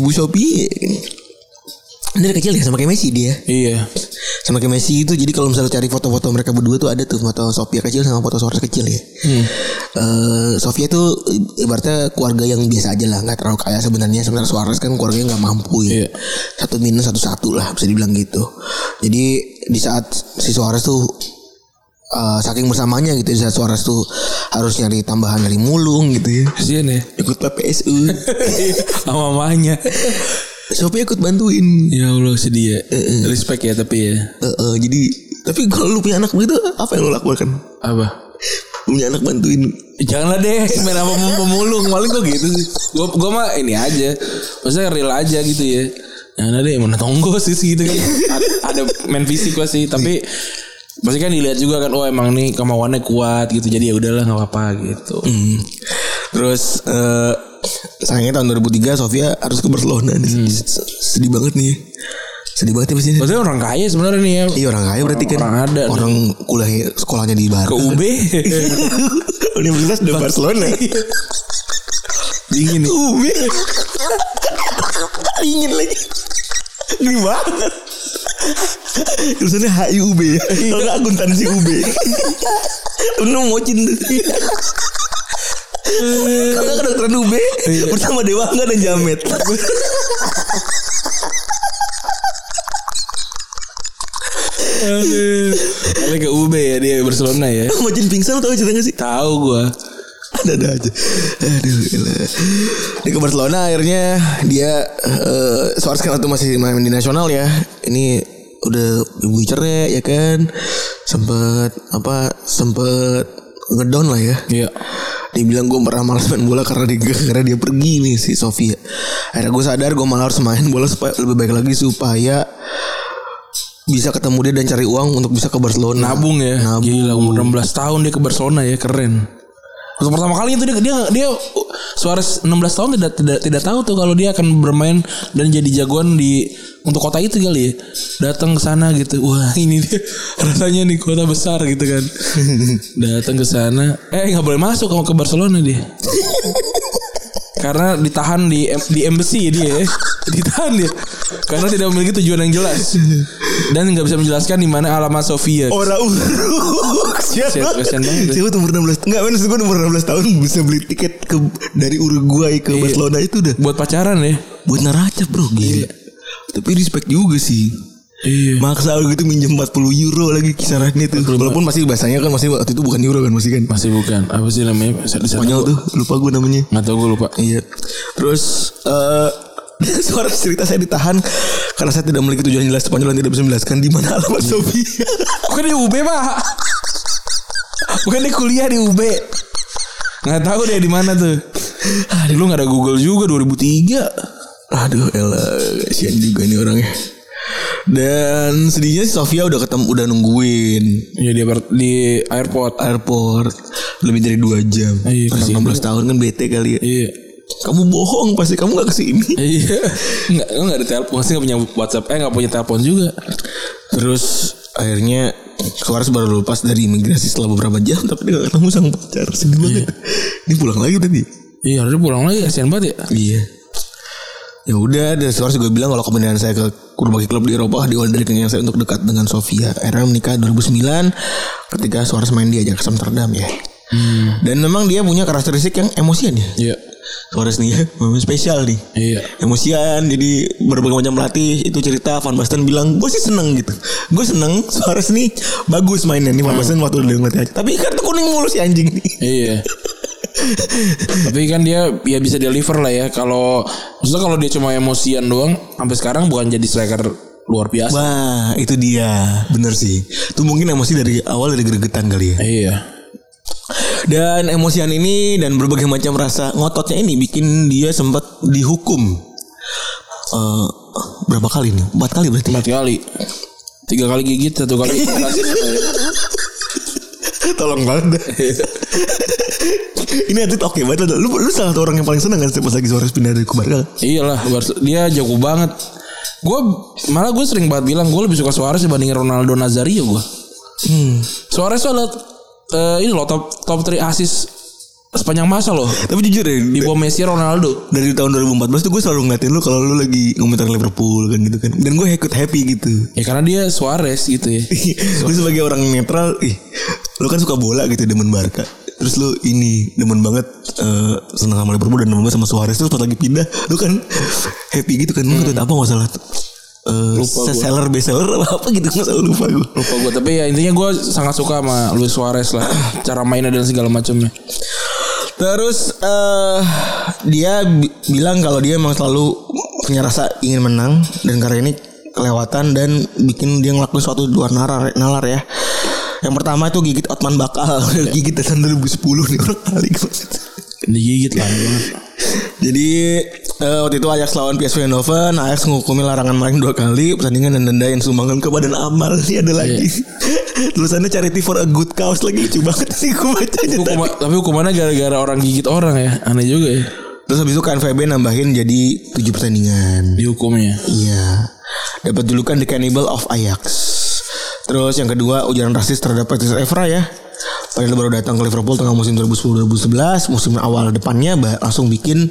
Speaker 3: ibu Sopi. Dari kecil ya sama kayak Messi dia.
Speaker 2: Iya.
Speaker 3: Sama kayak Messi itu jadi kalau misalnya cari foto-foto mereka berdua tuh ada tuh foto Sofia kecil sama foto Suarez kecil ya. Eh, Sofia tuh ibaratnya keluarga yang biasa aja lah, nggak terlalu kaya sebenarnya. Sementara Suarez kan keluarganya nggak mampu
Speaker 2: Iya.
Speaker 3: ya. Satu minus satu satu lah bisa dibilang gitu. Jadi di saat si Suarez tuh eh, saking bersamanya gitu di saat Suarez tuh harus nyari tambahan dari mulung gitu ya.
Speaker 2: Kasian ya.
Speaker 3: Ikut PPSU.
Speaker 2: Iya. Sama mamanya.
Speaker 3: Sofia ikut bantuin.
Speaker 2: Ya Allah sedih ya. Respect ya tapi ya.
Speaker 3: Eh, eh, jadi tapi kalau lu punya anak begitu apa yang lu lakukan?
Speaker 2: Apa?
Speaker 3: punya anak bantuin
Speaker 2: Janganlah deh main apa pem- pemulung Paling gue gitu sih Gue gua mah ini aja Maksudnya real aja gitu ya Janganlah deh mana tonggo sih gitu kan A- Ada main fisik gue sih Tapi Pasti kan dilihat juga kan Oh emang nih kemauannya kuat gitu Jadi ya udahlah gak apa-apa gitu
Speaker 3: Hmm. terus eh sayangnya tahun 2003 Sofia harus ke Barcelona sedih banget nih sedih banget ya pasti ini.
Speaker 2: Maksudnya orang kaya sebenarnya nih ya
Speaker 3: iya orang kaya berarti kan
Speaker 2: orang ada nih.
Speaker 3: orang kuliah sekolahnya di
Speaker 2: Ke
Speaker 3: Barcelona
Speaker 2: UB
Speaker 3: Universitas de Barcelona
Speaker 2: Dingin nih
Speaker 3: UB dingin lagi Gini banget Tulisannya HIUB ya Kalau nggak akuntansi UB Bener mocin tuh Kalau nggak kedokteran UB
Speaker 2: Iya.
Speaker 3: Pertama Dewa nggak dan Jamet
Speaker 2: Aduh. Kali ke UB ya dia Barcelona ya
Speaker 3: Mocin pingsan tau cerita nggak sih
Speaker 2: Tahu gue
Speaker 3: Ada-ada aja Aduh gila Di ke Barcelona akhirnya Dia eh, Suarez kan waktu masih main di nasional ya Ini udah ibu cerai ya kan Sempet Apa Sempet Ngedown lah ya
Speaker 2: Iya
Speaker 3: dia bilang gue pernah malas main bola karena dia, karena dia pergi nih si Sofia. Akhirnya gue sadar gue malah harus main bola supaya lebih baik lagi supaya bisa ketemu dia dan cari uang untuk bisa ke Barcelona.
Speaker 2: Nabung ya.
Speaker 3: Nabung.
Speaker 2: Gila umur 16 tahun dia ke Barcelona ya, keren. Untuk pertama kali itu dia dia dia Suarez 16 tahun tidak tidak tidak tahu tuh kalau dia akan bermain dan jadi jagoan di untuk kota itu kali ya. Datang ke sana gitu. Wah, ini dia rasanya nih kota besar gitu kan. Datang ke sana, eh nggak boleh masuk ke Barcelona dia. Karena ditahan di di embassy dia, ya. ditahan dia. Karena tidak memiliki tujuan yang jelas dan nggak bisa menjelaskan di mana alamat Sofia.
Speaker 3: Ora uruk.
Speaker 2: Kasihan- kasihan banget.
Speaker 3: Siapa tuh umur 16? Enggak, men, gue umur 16 tahun bisa beli tiket ke dari Uruguay ke Barcelona itu udah
Speaker 2: buat pacaran ya.
Speaker 3: buat neraca, Bro. Gila. Tapi respect juga sih.
Speaker 2: Iya.
Speaker 3: Maksa gitu minjem 40 euro lagi kisarannya tuh. Walaupun masih bahasanya kan masih waktu itu bukan euro kan masih kan.
Speaker 2: Masih bukan. Apa sih namanya? Bisa di sana.
Speaker 3: Konyol tuh, lupa gue namanya.
Speaker 2: Enggak tahu gue lupa.
Speaker 3: Iya. Terus eh suara cerita saya ditahan karena saya tidak memiliki tujuan jelas Spanyol dan tidak bisa menjelaskan di mana alamat Sofia.
Speaker 2: Bukan di UB, Pak. Bukan di kuliah di UB. Enggak tahu deh di mana tuh. Ah, dulu enggak ada Google juga 2003.
Speaker 3: Aduh, elah, kasihan juga nih orangnya. Dan sedihnya si Sofia udah ketemu udah nungguin
Speaker 2: Ya di aer- di airport.
Speaker 3: airport lebih dari dua jam.
Speaker 2: Ah, iya,
Speaker 3: Anak
Speaker 2: kasihan
Speaker 3: 16 tahun kan bete kali ya.
Speaker 2: Iya.
Speaker 3: Kamu bohong pasti kamu gak kesini.
Speaker 2: Iya. Enggak enggak ada telepon, pasti enggak punya WhatsApp. Eh enggak punya telepon juga.
Speaker 3: Terus akhirnya Suarez baru lepas dari imigrasi setelah beberapa jam tapi dia gak ketemu sang pacar sedih banget. Dia pulang lagi tadi.
Speaker 2: Iya, harusnya pulang lagi kasihan banget ya.
Speaker 3: Iya. Ya udah, dan Suarez juga bilang kalau kepindahan saya ke berbagai klub di Eropa diawali dari keinginan saya untuk dekat dengan Sofia. Era menikah 2009 ketika Suarez main di Ajax Amsterdam ya. Dan memang dia punya karakteristik yang emosian ya.
Speaker 2: Iya.
Speaker 3: Suarez nih ya, memang spesial nih.
Speaker 2: Iya.
Speaker 3: Emosian, jadi berbagai macam pelatih itu cerita Van Basten bilang gue sih seneng gitu. Gue seneng Suarez nih bagus mainnya nih Van Basten waktu dia ngelatih Ajax. Tapi kartu kuning mulu si anjing nih.
Speaker 2: Iya. Tapi kan dia ya bisa deliver lah ya kalau maksudnya kalau dia cuma emosian doang sampai sekarang bukan jadi striker luar biasa.
Speaker 3: Wah itu dia Bener sih Itu mungkin emosi dari awal dari gregetan kali ya
Speaker 2: Iya.
Speaker 3: Dan emosian ini dan berbagai macam rasa ngototnya ini bikin dia sempat dihukum Eh, Berapa kali nih? Empat kali berarti
Speaker 2: Empat kali. Tiga kali gigit, satu kali operasi.
Speaker 3: Tolong banget Ini atlet oke banget lu, lu salah satu orang yang paling seneng kan Pas lagi Suarez pindah dari Kubarga
Speaker 2: Iyalah, Bars- Iya dia jago banget. Gue malah gue sering banget bilang gue lebih suka Suarez dibandingin Ronaldo Nazario gue.
Speaker 3: Hmm.
Speaker 2: Suarez tuh adalah eh, ini loh top top 3 assist sepanjang masa loh.
Speaker 3: Tapi jujur ya
Speaker 2: Di bawah Messi Ronaldo.
Speaker 3: dari tahun 2014 tuh gue selalu ngeliatin lu kalau lu lagi ngomentarin Liverpool kan gitu kan dan gue ikut happy gitu
Speaker 2: Ya karena dia Suarez gitu ya.
Speaker 3: lu sebagai orang netral ih lu kan suka bola gitu demen Barca terus lu ini demen banget eh, senang sama Liverpool dan demen banget sama Suarez terus pas lagi pindah lu kan happy gitu kan lu kata apa nggak salah eh
Speaker 2: Lupa gua.
Speaker 3: seller bestseller apa apa gitu nggak salah lupa gue
Speaker 2: lupa gue tapi ya intinya gue sangat suka sama Luis Suarez lah cara mainnya dan segala macamnya
Speaker 3: terus eh dia bi- bilang kalau dia emang selalu punya rasa ingin menang dan karena ini kelewatan dan bikin dia ngelakuin suatu di luar nalar, nalar ya yang pertama itu gigit Otman Bakal gigit tahun 2010 nih orang kali banget.
Speaker 2: digigit lah
Speaker 3: Jadi eh, waktu itu Ajax lawan PSV Eindhoven, Ajax menghukumi larangan main dua kali, pertandingan dan denda yang sumbangan ke badan amal. Ini ada lagi. Tulisannya charity for a good cause lagi lucu banget sih gue bacanya tadi.
Speaker 2: Hukuma- tapi hukumannya gara-gara orang gigit orang ya aneh juga ya
Speaker 3: Terus habis itu KNVB nambahin jadi 7 pertandingan.
Speaker 2: dihukumnya
Speaker 3: Iya. Dapat julukan The Cannibal of Ajax. Terus yang kedua ujaran rasis terhadap Patrice Evra ya. Padahal baru datang ke Liverpool tengah musim 2010-2011, musim awal depannya bah- langsung bikin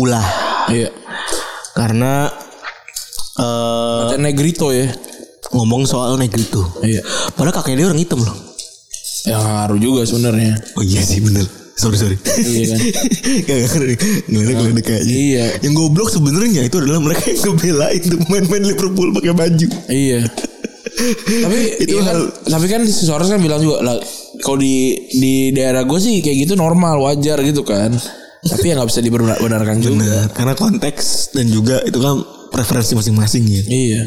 Speaker 3: ulah
Speaker 2: iya
Speaker 3: karena eh
Speaker 2: Dan Negrito ya
Speaker 3: ngomong soal Negrito.
Speaker 2: iya
Speaker 3: Padahal kakek dia orang hitam loh.
Speaker 2: ya ngaruh juga sebenarnya
Speaker 3: Oh iya sih bener. Sorry sorry.
Speaker 2: Iya kan?
Speaker 3: Gak gak ngerti. Ngeledek ngeledek kayaknya.
Speaker 2: Iya.
Speaker 3: Yang goblok sebenarnya itu adalah mereka yang ngebelain tuh main-main Liverpool pakai baju.
Speaker 2: iya tapi
Speaker 3: Itu
Speaker 2: iya kan,
Speaker 3: hal-
Speaker 2: tapi kan si Suarez kan bilang juga lah kalau di di daerah gue sih kayak gitu normal wajar gitu kan tapi ya nggak bisa dibenarkan juga
Speaker 3: Bener. Karena konteks dan juga itu kan preferensi masing-masing ya.
Speaker 2: iya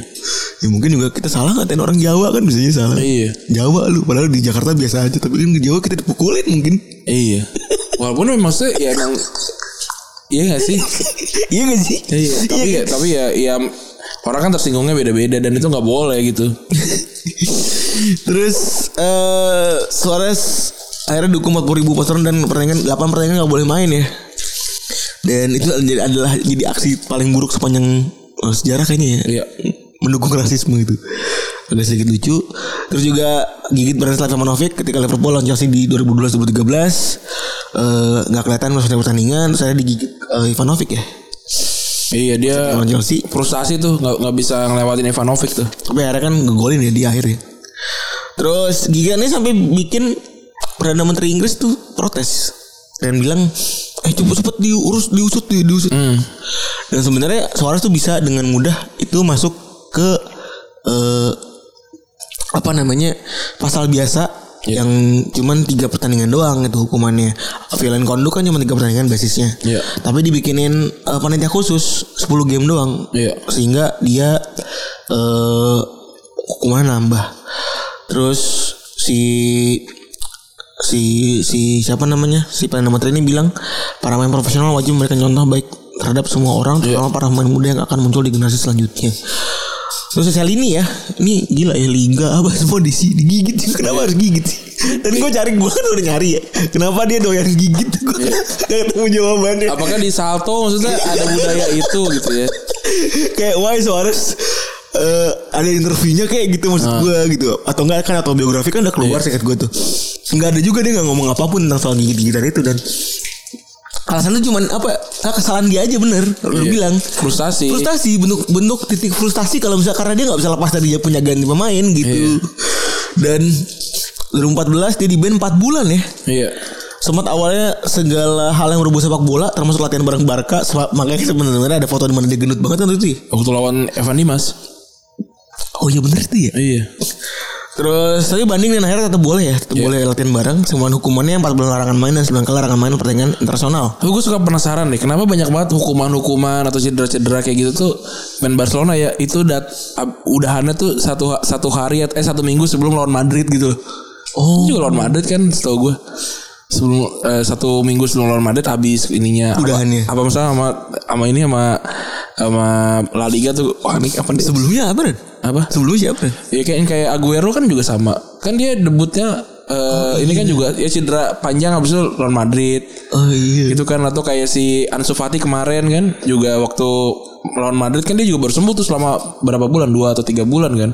Speaker 3: Ya mungkin juga kita salah ngatain orang Jawa kan biasanya salah.
Speaker 2: Iya.
Speaker 3: Jawa lu padahal di Jakarta biasa aja tapi kan di Jawa kita dipukulin mungkin.
Speaker 2: iya walaupun memang maksudnya ya emang iya gak sih
Speaker 3: iya gak sih?
Speaker 2: Iya, tapi ya, tapi ya, ya orang kan tersinggungnya beda-beda dan itu nggak boleh gitu.
Speaker 3: Terus eh Suarez akhirnya dukung 40 ribu penonton dan pertandingan 8 pertandingan nggak boleh main ya. Dan itu jadi- adalah jadi aksi paling buruk sepanjang eh, sejarah kayaknya ya.
Speaker 2: Iya.
Speaker 3: Mendukung rasisme itu. Agak sedikit lucu. Terus juga gigit Branislav Ivanovic ketika Liverpool lawan Chelsea di 2012-2013 eh, nggak kelihatan masuk pertandingan terus saya digigit eh, Ivanovic ya.
Speaker 2: Iya dia
Speaker 3: Lawan Chelsea.
Speaker 2: frustasi tuh nggak nggak bisa ngelewatin Ivanovic tuh.
Speaker 3: Tapi akhirnya kan ngegolin ya di akhir ya. Terus Giga ini sampai bikin Perdana Menteri Inggris tuh protes dan bilang eh cepet cepet diurus diusut di- diusut.
Speaker 2: Hmm.
Speaker 3: Dan sebenarnya Suarez tuh bisa dengan mudah itu masuk ke eh, apa namanya pasal biasa
Speaker 2: Iya.
Speaker 3: yang cuman tiga pertandingan doang itu hukumannya. Violent conduct kan cuma tiga pertandingan basisnya.
Speaker 2: Iya.
Speaker 3: Tapi dibikinin eh, panitia khusus 10 game doang
Speaker 2: Iya.
Speaker 3: sehingga dia eh hukuman nambah terus si si si siapa namanya si perdana menteri ini bilang para pemain profesional wajib memberikan contoh baik terhadap semua orang terutama para pemain muda yang akan muncul di generasi selanjutnya terus sosial ini ya ini gila ya liga apa semua di sini digigit kenapa harus gigit sih dan gue cari gue kan udah nyari ya kenapa dia doyan gigit gue gak ketemu jawabannya
Speaker 2: Apakah di Salto maksudnya ada budaya itu gitu ya?
Speaker 3: kayak why Suarez eh, ada interviewnya kayak gitu
Speaker 2: Ah.
Speaker 3: maksud gue gitu atau enggak kan atau biografi kan udah
Speaker 2: Iya.
Speaker 3: keluar singkat gue tuh nggak ada juga dia nggak ngomong apapun tentang soal gigit gigitan itu dan alasannya cuman apa ah, kesalahan dia aja bener lu
Speaker 2: Iya.
Speaker 3: bilang
Speaker 2: Frustasi.
Speaker 3: frustasi bentuk bentuk titik frustasi kalau misalnya karena dia nggak bisa lepas dari dia punya ganti pemain
Speaker 2: Iya.
Speaker 3: gitu dan 2014 dia di ban 4 bulan ya
Speaker 2: Iya.
Speaker 3: sempat awalnya segala hal yang berhubungan sepak bola termasuk latihan bareng Barca sepa- makanya sebenarnya ada foto di mana dia gendut banget kan itu ya
Speaker 2: Waktu lawan Evan Dimas.
Speaker 3: Oh iya bener itu ya.
Speaker 2: Iya.
Speaker 3: Terus tapi Eh, banding dan akhirnya tetap boleh ya, tetap boleh latihan bareng. Semua hukumannya 4 bulan larangan main dan 9 kali larangan main pertandingan internasional.
Speaker 2: Tapi gue suka penasaran deh, kenapa banyak banget hukuman-hukuman atau cedera-cedera kayak gitu tuh main Barcelona ya itu dat ab- udahannya tuh satu ha- satu hari at- eh satu minggu sebelum lawan Madrid gitu loh.
Speaker 3: Oh.
Speaker 2: Juga lawan Madrid kan setahu gue sebelum eh, satu minggu sebelum lawan Madrid habis ininya apa-
Speaker 3: Udahannya.
Speaker 2: apa, misalnya sama sama ini sama sama La Liga tuh wah ini apa nih
Speaker 3: Sebelumnya apa Ren?
Speaker 2: apa
Speaker 3: Sebelumnya siapa Ren?
Speaker 2: Ya kayak kayak Aguero kan juga sama. Kan dia debutnya eh, ini kan juga ya cedera panjang habis itu lawan Madrid.
Speaker 3: Oh iya.
Speaker 2: Gitu kan atau kayak si Ansu Fati kemarin kan juga waktu lawan Madrid kan dia juga baru sembuh tuh selama berapa bulan dua atau tiga bulan kan.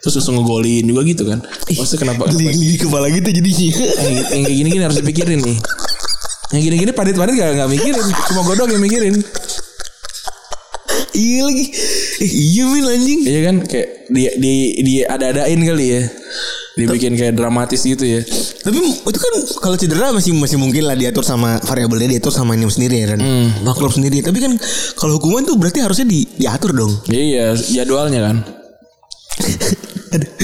Speaker 2: Terus langsung ngegolin juga gitu kan. Maksudnya kenapa? kenapa-
Speaker 3: Geli-geli kepala gitu jadinya.
Speaker 2: yang, yang kayak gini-gini harus dipikirin nih. Yang gini-gini padit-padit gak, gak mikirin. Cuma gue doang yang mikirin.
Speaker 3: iya lagi. Eh, iya min anjing.
Speaker 2: Iya kan kayak dia di dia ada-adain kali ya. Dibikin kayak dramatis gitu ya.
Speaker 3: Tapi itu kan kalau cedera masih masih mungkin lah diatur sama variabelnya diatur sama ini sendiri ya Ren. Sama klub sendiri. Tapi kan kalau hukuman tuh berarti harusnya di, diatur dong.
Speaker 2: Iya jadwalnya kan.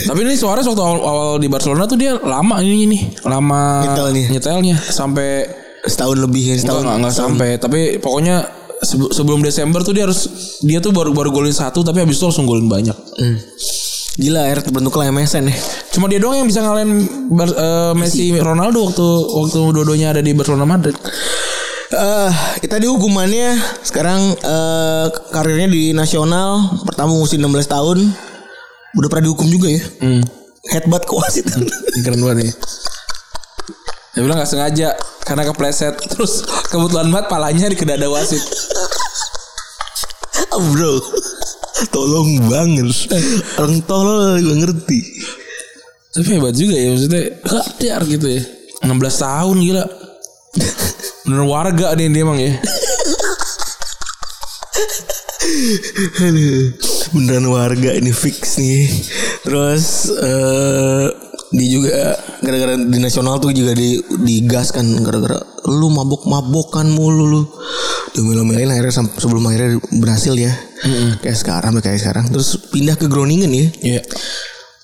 Speaker 2: Tapi ini Suarez waktu awal, awal di Barcelona tuh dia lama ini nih, lama
Speaker 3: Nyetelnya.
Speaker 2: nyetelnya sampai
Speaker 3: Setahun lebih ya
Speaker 2: enggak,
Speaker 3: setahun.
Speaker 2: enggak, enggak sampai, tapi pokoknya sebe- sebelum Desember tuh dia harus dia tuh baru baru golin satu tapi habis itu langsung golin banyak.
Speaker 3: Hmm. Gila akhirnya terbentuklah MSN ya.
Speaker 2: Cuma dia doang yang bisa ngalahin Bar- eh, Messi Ronaldo waktu waktu dua-duanya ada di Barcelona Madrid.
Speaker 3: Eh, kita di hukumannya sekarang eh karirnya di nasional pertama usia 16 tahun udah pernah dihukum juga ya. Headbutt ke wasit.
Speaker 2: Hmm, Ini Keren banget nih. Dia bilang gak sengaja karena kepleset terus kebetulan banget palanya di kedada wasit.
Speaker 3: Ah, Bro. Tolong banget. Orang tolol gak ngerti.
Speaker 2: Tapi hebat juga ya maksudnya Kadar gitu ya 16 tahun gila Bener warga nih dia emang ya
Speaker 3: Aduh, Beneran warga ini fix nih. Terus eh dia juga gara-gara di nasional tuh juga di digas kan gara-gara lu mabok-mabokan mulu lu. Diomel-omelin akhirnya sam- sebelum akhirnya berhasil ya. Kayak sekarang kayak sekarang. Terus pindah ke Groningen ya.
Speaker 2: Iya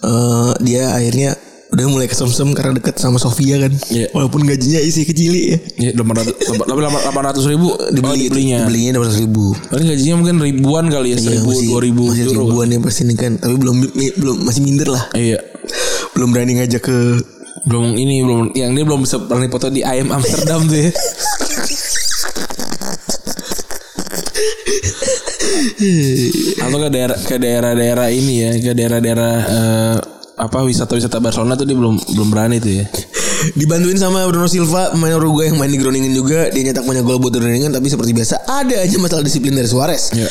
Speaker 3: Eh, dia akhirnya udah mulai kesemsem karena deket sama Sofia kan.
Speaker 2: Iya.
Speaker 3: Walaupun gajinya isi kecil ya.
Speaker 2: Iya 800 Tapi 800 ribu Oh,
Speaker 3: Dibeli,
Speaker 2: Dibelinya
Speaker 3: dibelinya dua ribu.
Speaker 2: Paling gajinya mungkin ribuan kali ya
Speaker 3: Iya,
Speaker 2: Seribu,
Speaker 3: masih-
Speaker 2: dua ribu
Speaker 3: masih
Speaker 2: euro.
Speaker 3: ribuan ya pasti nih kan tapi belum mi- belum masih minder lah
Speaker 2: Iya
Speaker 3: belum berani ngajak ke
Speaker 2: Belum ini belum Yang dia belum bisa pernah foto di IM Amsterdam tuh ya atau ke daerah ke daerah-daerah ini ya ke daerah-daerah eh, apa wisata-wisata Barcelona tuh dia belum belum berani tuh ya
Speaker 3: Dibantuin sama Bruno Silva Pemain Uruguay yang main di Groningen juga Dia nyetak banyak gol buat Groningen Tapi seperti biasa Ada aja masalah disiplin dari Suarez
Speaker 2: Iya.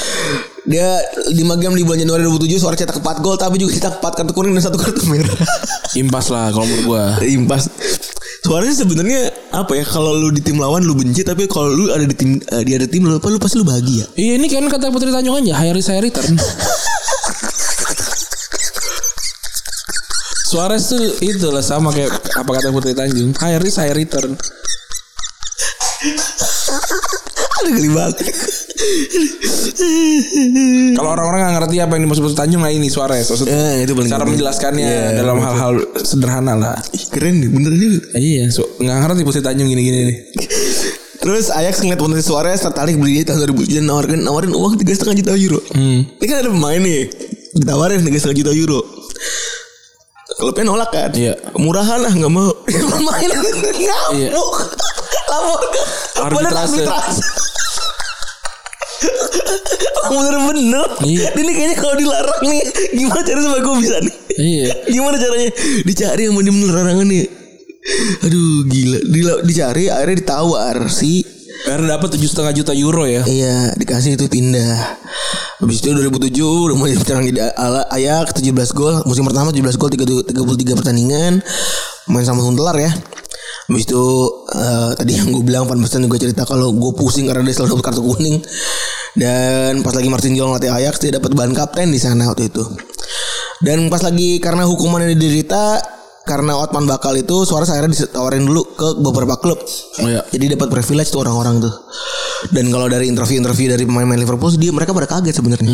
Speaker 3: Dia di Magam di bulan Januari 27 Suarez cetak 4 gol Tapi juga cetak 4 kartu kuning dan satu kartu merah
Speaker 2: impas lah kalau menurut gua
Speaker 3: Impas Suarez sebenarnya apa ya Kalau lu di tim lawan lu benci Tapi kalau lu ada di tim eh, Dia ada tim lu, apa, lu pasti lu bahagia
Speaker 2: iya ini kan kata Putri Tanjung aja high risk high return Suarez tuh itu lah sama kayak apa kata Putri Tanjung high risk high return
Speaker 3: Ada geli banget
Speaker 2: kalau orang-orang nggak ngerti apa yang dimaksud Putri Tanjung nah ini Suarez maksudnya
Speaker 3: Eh, itu paling
Speaker 2: cara
Speaker 3: keren.
Speaker 2: menjelaskannya
Speaker 3: Iya,
Speaker 2: dalam hal-hal sederhana lah
Speaker 3: Keren nih bener juga
Speaker 2: iya so, nggak ngerti Putri Tanjung gini-gini nih
Speaker 3: Terus Ajax ngeliat potensi Suarez tertarik beli dia tahun 2000 dan nawarin nawarin uang tiga setengah juta euro.
Speaker 2: Hmm.
Speaker 3: Ini kan ada pemain nih ditawarin tiga setengah juta euro. Klubnya nolak kan?
Speaker 2: Iya.
Speaker 3: Murahan lah nggak mau. Pemain nggak
Speaker 2: Iya.
Speaker 3: mau. Lapor ke bener
Speaker 2: Arbitrase.
Speaker 3: arbitrase. Bener-bener
Speaker 2: Iya.
Speaker 3: Ini kayaknya kalau dilarang nih Gimana caranya supaya gue bisa nih
Speaker 2: iya
Speaker 3: Gimana caranya Dicari sama dia bener larangan nih Aduh gila Dila- Dicari akhirnya ditawar Si
Speaker 2: Karena dapat tujuh setengah juta euro ya.
Speaker 3: Iya dikasih itu pindah Habis itu 2007 udah mulai penyerang jadi ala Ayak 17 gol Musim pertama 17 gol 33 pertandingan Main sama Huntelar ya Habis itu eh, tadi yang gue bilang Van Basten juga cerita kalau gue pusing karena dia selalu dapat kartu kuning Dan pas lagi Martin Jol ngelatih Ajax dia dapat bahan kapten di sana waktu itu Dan pas lagi karena hukuman yang diderita karena Otman bakal itu suara saya ditawarin dulu ke beberapa klub
Speaker 2: Oh ya.
Speaker 3: jadi dapat privilege tuh orang-orang tuh. Dan kalau dari interview-interview dari pemain-pemain Liverpool dia mereka pada kaget
Speaker 2: Hmm.
Speaker 3: sebenarnya.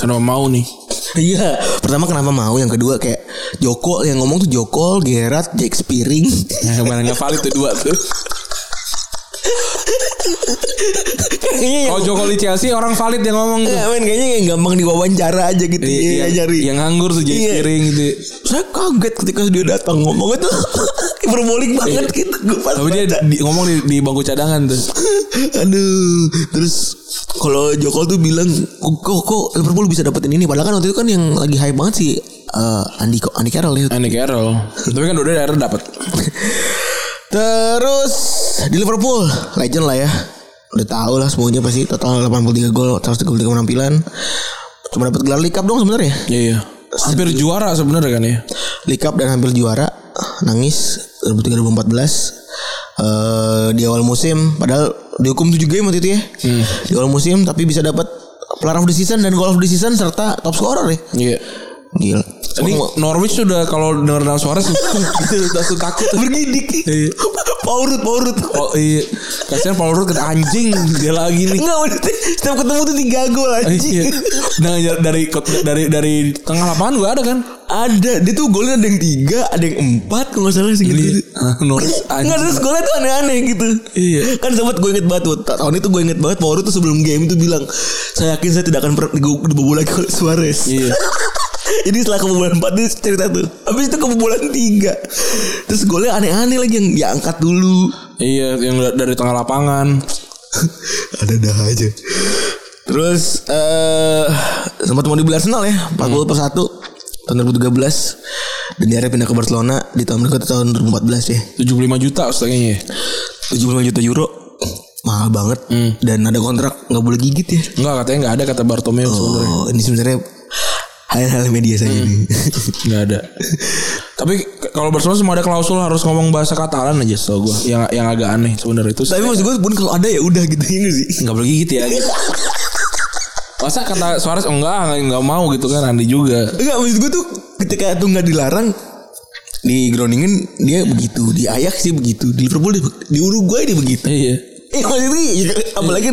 Speaker 2: Karena mau nih.
Speaker 3: Iya. Pertama kenapa mau? Yang kedua kayak Joko yang ngomong tuh Joko, Gerard, Jack Spearing.
Speaker 2: Yang kemarin nggak valid tuh dua tuh.
Speaker 3: Kayaknya yang
Speaker 2: Kalau Joko di Chelsea orang valid yang ngomong tuh.
Speaker 3: Iya, men, kayaknya yang gampang diwawancara aja gitu ya
Speaker 2: Yang-
Speaker 3: nyari.
Speaker 2: Iya, Yang nganggur tuh jadi
Speaker 3: Iya.
Speaker 2: piring gitu.
Speaker 3: Saya kaget ketika dia datang ngomong itu hiperbolik banget gitu. Gue pas
Speaker 2: Iya. Tapi dia di- ngomong di, di bangku cadangan tuh.
Speaker 3: Aduh, terus kalau Joko tuh bilang kok kok, kok Liverpool bisa dapetin ini padahal kan waktu itu kan yang lagi hype banget sih eh, Andy Andy Carroll ya.
Speaker 2: Andy Carroll. Tapi kan udah daerah dapat.
Speaker 3: Terus di Liverpool legend lah ya. Udah tahu lah semuanya pasti total 83 gol, 133 penampilan. Cuma dapat gelar League Cup dong sebenarnya.
Speaker 2: Iya iya. Hampir juara sebenarnya kan ya.
Speaker 3: League Cup dan hampir juara. Nangis 2013 2014. Eh, di awal musim padahal dihukum 7 game waktu itu ya.
Speaker 2: Hmm.
Speaker 3: Di awal musim tapi bisa dapat Player of the Season dan Goal of the Season serta top scorer ya.
Speaker 2: Iya.
Speaker 3: Gila.
Speaker 2: Tadi Norwich sudah kalau denger nama suara sih udah tuh takut. tuh.
Speaker 3: bergidik.
Speaker 2: Iya.
Speaker 3: Paurut, paurut.
Speaker 2: Oh iya. Kasihan Paul Rudd kena anjing dia lagi nih.
Speaker 3: Enggak, maksudnya setiap ketemu tuh tiga gol
Speaker 2: Iya.
Speaker 3: anjing.
Speaker 2: Nah dari dari dari tengah lapangan gua ada kan.
Speaker 3: Ada dia tuh golnya ada yang tiga, ada yang empat kalau nggak salah sih gitu.
Speaker 2: Hah, Iya. Ah, Norwich
Speaker 3: Enggak
Speaker 2: anjing.
Speaker 3: terus golnya tuh aneh-aneh gitu.
Speaker 2: Iya.
Speaker 3: Kan sempat gue inget banget tuh, ta- tahun itu gue inget banget Mauro tuh sebelum game tuh bilang, saya yakin saya tidak akan pernah digu- dibobol lagi oleh Suarez.
Speaker 2: Iya.
Speaker 3: Jadi setelah kebobolan 4 dia cerita tuh. Habis itu kebobolan 3. Terus golnya aneh-aneh lagi yang ya angkat dulu.
Speaker 2: Iya, yang da- dari tengah lapangan.
Speaker 3: Ada dah aja. Terus eh sempat mau dibeli Arsenal ya, 40 per 1 tahun 2013 dan dia akhirnya pindah ke Barcelona di tahun berikutnya tahun 2014 ya.
Speaker 2: 75 juta setengahnya.
Speaker 3: 75 juta euro mahal banget dan ada kontrak nggak boleh gigit ya.
Speaker 2: Enggak, katanya enggak ada kata Bartomeu sebenarnya.
Speaker 3: Oh, ini sebenarnya Hmm. hal-hal media saja nih.
Speaker 2: Enggak ada. Tapi k- kalau Barcelona semua ada klausul harus ngomong bahasa Katalan aja setahu gua. Yang yang agak aneh sebenarnya itu.
Speaker 3: Tapi maksud gue pun kalau ada ya udah gitu ya nggak sih.
Speaker 2: Enggak boleh gigit ya. gitu. Masa kata Suarez "Oh, enggak, enggak, enggak mau gitu kan Andi juga.
Speaker 3: Enggak maksud gue tuh ketika itu nggak dilarang di Groningen dia begitu, di Ajax dia begitu, di Liverpool dia be- di Uruguay dia begitu.
Speaker 2: Iya.
Speaker 3: Eh maksudnya ya, apalagi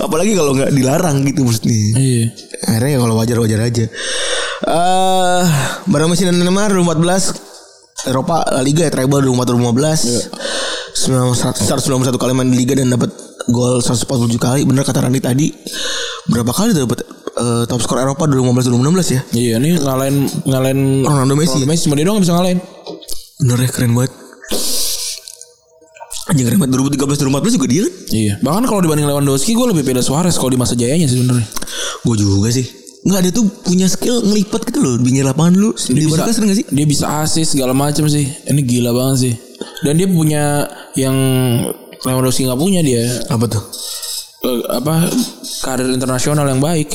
Speaker 3: apalagi kalau nggak dilarang gitu maksudnya.
Speaker 2: Iya.
Speaker 3: Akhirnya ya kalau wajar-wajar aja. Eh barang mesin dan Neymar 2014 Eropa La Liga ya treble
Speaker 2: Iya.
Speaker 3: 2014. 191 kali main di liga dan dapat gol 147 kali. Bener kata Randi tadi. Berapa kali tuh dapat eh, top skor Eropa 2015 2016 ya?
Speaker 2: Iya, ini ngalahin ngalahin
Speaker 3: Ronaldo Messi. ya?
Speaker 2: Messi cuma dia doang yang bisa ngalahin.
Speaker 3: Bener ya keren banget. ya, Anjing keren banget 2013 2014 juga dia kan.
Speaker 2: Iya. Bahkan kalau dibanding Lewandowski gue lebih beda Suarez kalau di masa jayanya sih sebenarnya.
Speaker 3: Gue juga sih. Enggak dia tuh punya skill ngelipat gitu loh pinggir lapangan lu. Di
Speaker 2: bisa-
Speaker 3: Barca sering gak sih?
Speaker 2: Dia bisa asis segala macam sih. Ini gila banget sih. Dan dia punya yang Lewandowski nggak punya dia
Speaker 3: Apa tuh?
Speaker 2: eh, apa karir internasional yang baik.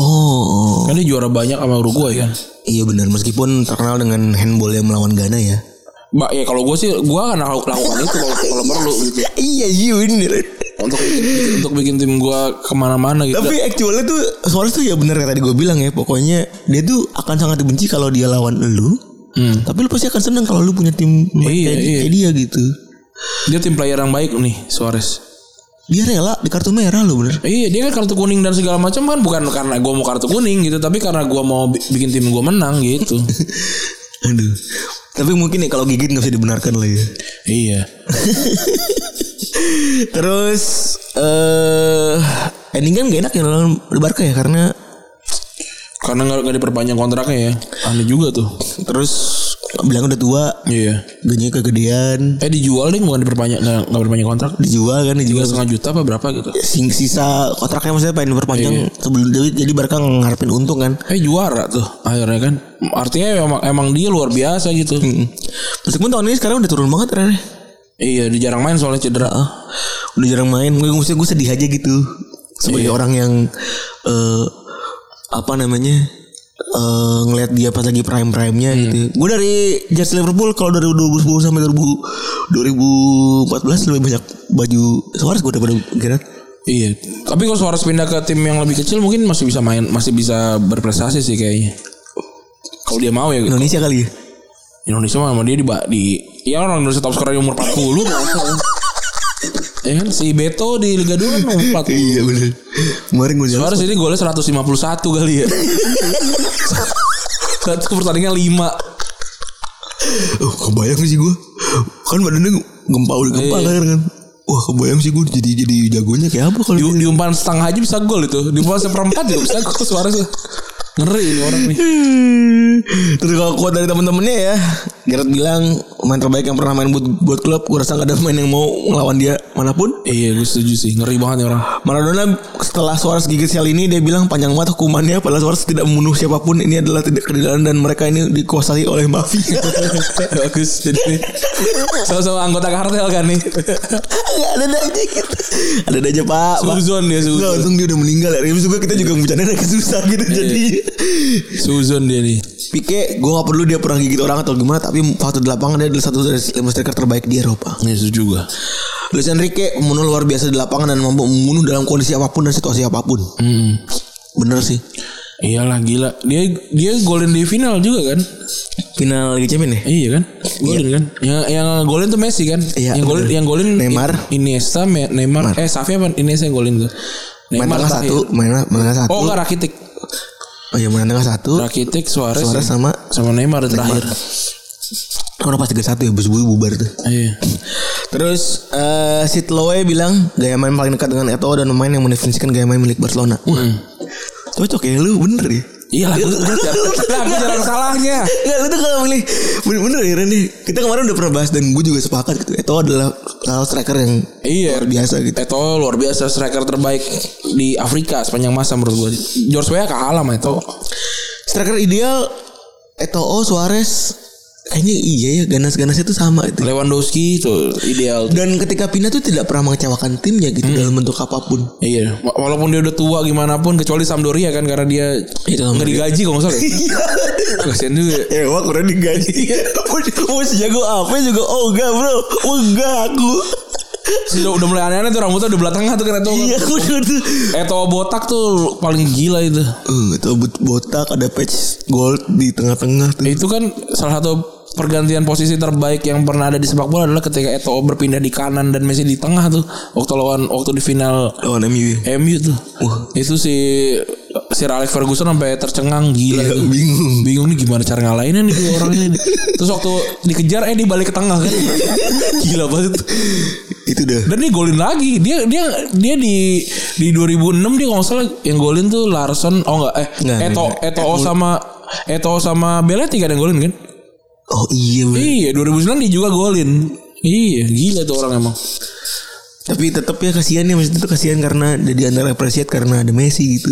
Speaker 3: Oh, oh.
Speaker 2: Kan dia juara banyak sama Uruguay kan.
Speaker 3: iya benar meskipun terkenal dengan handball yang melawan Ghana ya.
Speaker 2: Mbak ya kalau gue sih gue akan laku- lakukan itu kalau kalau perlu gitu.
Speaker 3: iya iya bener.
Speaker 2: untuk untuk bikin tim gue kemana-mana gitu.
Speaker 3: Tapi actualnya tuh Suarez tuh ya bener kayak tadi gue bilang ya Pokoknya dia tuh akan sangat dibenci kalau dia lawan lu Tapi lu pasti akan seneng kalau lu punya tim
Speaker 2: Hmm. Iya,
Speaker 3: kayak,
Speaker 2: iya.
Speaker 3: kayak dia gitu
Speaker 2: Dia tim player yang baik nih Suarez.
Speaker 3: Dia rela di kartu merah lo bener
Speaker 2: Iya dia kan kartu kuning dan segala macam kan bukan karena gue mau kartu kuning gitu tapi karena gue mau bi- bikin tim gue menang gitu.
Speaker 3: Aduh Tapi mungkin ya kalau gigit gak bisa dibenarkan lah ya
Speaker 2: iya.
Speaker 3: Terus eh Ending kan gak enak ya lawan Barca ya Karena
Speaker 2: Karena nggak nggak diperpanjang kontraknya ya. Aneh juga tuh.
Speaker 3: terus bilang udah tua
Speaker 2: Iya.
Speaker 3: Gajinya kegedean
Speaker 2: Eh dijual deh bukan diperpanjang nggak nggak berpanjang kontrak.
Speaker 3: Dijual kan
Speaker 2: Tiga
Speaker 3: dijual
Speaker 2: setengah juta apa berapa gitu.
Speaker 3: sing sisa kontraknya maksudnya pengen diperpanjang sebelum jadi, jadi Barca ngarepin untung kan
Speaker 2: Eh juara tuh akhirnya kan. Artinya emang emang dia luar biasa gitu.
Speaker 3: Mm. Meskipun tahun ini sekarang udah turun banget trennya.
Speaker 2: Iya dia jarang main soalnya cedera.
Speaker 3: Udah jarang main. Gue maksudnya gue sedih aja gitu.
Speaker 2: Iya.
Speaker 3: Sebagai orang yang eh apa namanya? eh ngelihat dia pas lagi prime
Speaker 2: Iya.
Speaker 3: primenya gitu. Gue dari Jets Liverpool kalau dari 2010 sampai 2000, 2014 lebih banyak baju Suarez gue daripada Gerrard.
Speaker 2: Iya. Tapi kalau Suarez pindah ke tim yang lebih kecil mungkin masih bisa main, masih bisa berprestasi sih kayaknya. Kalau dia mau ya gitu.
Speaker 3: Indonesia kali ya.
Speaker 2: Indonesia mah sama dia di di ya orang Indonesia top scorer di umur 40 kan. Ya kan si Beto di Liga 2 kan umur 40.
Speaker 3: Iya benar. Kemarin gue jalan.
Speaker 2: Suarez ini golnya 151 kali ya. Satu pertandingan 5.
Speaker 3: Oh, kebayang sih gue. Kan badannya gempa udah gempa
Speaker 2: Iya.
Speaker 3: kan. Wah kebayang sih gue jadi jadi jagonya kayak apa kalau
Speaker 2: Di,
Speaker 3: dia-
Speaker 2: diumpan setengah aja bisa gol itu. Diumpan seperempat juga bisa gol Suarez. Ngeri ini orang nih.
Speaker 3: Terus kalau kuat dari temen-temennya ya Gerard bilang Main terbaik yang pernah main buat, buat klub Gue rasa gak ada pemain yang mau ngelawan dia manapun
Speaker 2: Iya, gue setuju sih. Ngeri banget nih orang.
Speaker 3: Maradona setelah Suarez gigit sel ini Dia bilang panjang banget hukumannya Padahal Suarez tidak membunuh siapapun Ini adalah tidak keadilan Dan mereka ini dikuasai oleh mafia
Speaker 2: Bagus jadi sama-sama anggota kartel kan nih.
Speaker 3: Gak ada aja gitu Ada aja pak Pak.
Speaker 2: Suzon dia Suzon.
Speaker 3: Nggak, untung dia udah meninggal ya. Tapi juga kita juga bercanda agak susah gitu jadi.
Speaker 2: Suzon dia nih.
Speaker 3: Pike, gue gak perlu dia pernah gigit orang atau gimana, tapi fakta di lapangan dia adalah satu dari lima striker terbaik di Eropa.
Speaker 2: Ya setuju gua.
Speaker 3: Luis Enrique pembunuh luar biasa di lapangan dan mampu membunuh dalam kondisi apapun dan situasi apapun.
Speaker 2: Hmm.
Speaker 3: Bener sih.
Speaker 2: Iyalah gila. Dia dia golin di final juga kan?
Speaker 3: Final Liga Champions ya?
Speaker 2: Iya kan? Golin kan? Yang yang golin tuh Messi kan?
Speaker 3: Iya,
Speaker 2: yang golin
Speaker 3: bener.
Speaker 2: yang golin
Speaker 3: Neymar.
Speaker 2: Iniesta, Me- Neymar. Eh Xavi apa Iniesta yang golin tuh?
Speaker 3: Main tengah
Speaker 2: terakhir.
Speaker 3: satu, main main tengah satu.
Speaker 2: Oh enggak Rakitic.
Speaker 3: Oh iya main tengah satu.
Speaker 2: Rakitic Suarez,
Speaker 3: Suarez sama
Speaker 2: sama Neymar terakhir.
Speaker 3: Kalau pas tiga satu ya bus bubar tuh.
Speaker 2: Iya.
Speaker 3: Terus eh Sid Lowe bilang gaya main paling dekat dengan Eto'o dan pemain yang mendefinisikan gaya main milik Barcelona. Wah, cocok ya lu bener ya.
Speaker 2: Iya lah, Hmm. gua- gua jarang- lah, gua jarang salahnya.
Speaker 3: Enggak lu tuh kalau milih bener-bener ya Ren, nih. Kita kemarin udah pernah bahas dan gue juga sepakat gitu. Eto'o adalah salah satu striker yang
Speaker 2: Iya.
Speaker 3: luar biasa gitu.
Speaker 2: Eto luar biasa striker terbaik di Afrika sepanjang masa menurut gua. George Weah kalah sama Eto.
Speaker 3: Striker ideal Eto'o Suarez kayaknya iya ya ganas-ganasnya tuh sama itu.
Speaker 2: Lewandowski itu ideal.
Speaker 3: Dan ketika pindah tuh tidak pernah mengecewakan timnya gitu dalam bentuk apapun.
Speaker 2: Iya, wa- walaupun dia udah tua gimana pun kecuali Sampdoria kan karena dia
Speaker 3: Itu
Speaker 2: nggak digaji kalau nggak salah. ya. Kasian juga.
Speaker 3: Eh, wah kurang digaji. Mau sejago apa juga? Oh enggak bro, oh enggak aku.
Speaker 2: Sudah udah mulai aneh-aneh tuh rambutnya udah belah tengah tuh kena tuh.
Speaker 3: Iya aku udah tuh.
Speaker 2: Eto botak tuh paling gila itu.
Speaker 3: Eh, itu but- botak ada patch gold di tengah-tengah tuh.
Speaker 2: Itu kan salah satu pergantian posisi terbaik yang pernah ada di sepak bola adalah ketika Eto berpindah di kanan dan Messi di tengah tuh waktu lawan waktu di final
Speaker 3: Lawan MU ya.
Speaker 2: MU tuh. Itu si Sir Alex Ferguson sampai tercengang gila
Speaker 3: Iya,
Speaker 2: itu.
Speaker 3: bingung.
Speaker 2: Bingung nih gimana cara ngalahinnya nih dua orang ini. Terus waktu dikejar eh dia balik ke tengah kan. gila banget.
Speaker 3: Itu dah.
Speaker 2: Dan dia golin lagi. Dia dia dia di di 2006 dia kalau nggak salah yang golin tuh Larson oh enggak eh
Speaker 3: Nggak,
Speaker 2: Eto
Speaker 3: nggak.
Speaker 2: Eto sama Eto sama Belletti kan yang golin kan?
Speaker 3: Oh iya bro.
Speaker 2: Iya, 2009 dia juga golin. Iya, gila tuh orang emang.
Speaker 3: Tapi tetap ya kasihan ya maksudnya itu kasihan karena jadi antara appreciate karena ada Messi gitu.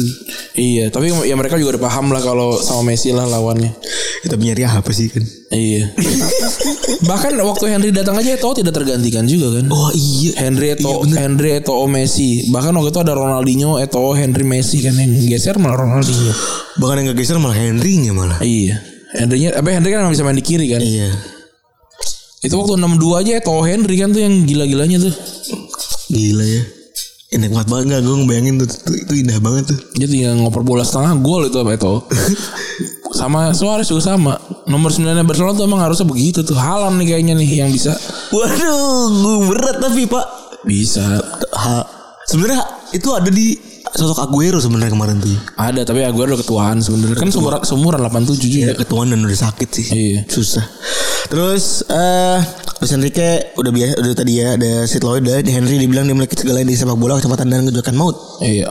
Speaker 2: Iya, tapi ya mereka juga udah paham lah kalau sama Messi lah lawannya.
Speaker 3: Kita nyari apa sih kan?
Speaker 2: Iya. Bahkan waktu Henry datang aja Eto'o tidak tergantikan juga kan.
Speaker 3: Oh iya.
Speaker 2: Henry Eto'o, Henry Eto'o Messi. Bahkan waktu itu ada Ronaldinho, Eto'o, Henry Messi kan yang geser malah Ronaldinho.
Speaker 3: Bahkan yang geser malah Henry-nya malah.
Speaker 2: Iya. Henrynya, apa Henry kan emang bisa main di kiri kan.
Speaker 3: Iya.
Speaker 2: Itu waktu 62 aja Eto'o Henry kan tuh yang gila-gilanya tuh.
Speaker 3: Gila ya. Enak banget banget gak gue ngebayangin tuh, tuh, itu indah banget tuh.
Speaker 2: Dia tinggal ngoper bola setengah gol itu apa Eto'o. sama Suarez juga sama. Nomor 9 Barcelona tuh emang harusnya begitu tuh. Halan nih kayaknya nih yang bisa.
Speaker 3: Waduh, gue berat tapi pak.
Speaker 2: Bisa.
Speaker 3: Ha, sebenarnya itu ada di sosok Aguero sebenarnya kemarin tuh.
Speaker 2: Ada tapi ya gue udah ketuaan sebenarnya kan seumuran seumuran 87 juga.
Speaker 3: Ya ketuaan dan udah sakit sih.
Speaker 2: Iya.
Speaker 3: Susah. Terus eh Luis Enrique udah biasa udah tadi ya ada Sid Lloyd ada Henry dibilang dia memiliki segala yang di sepak bola kecepatan dan kejukan maut.
Speaker 2: Iya.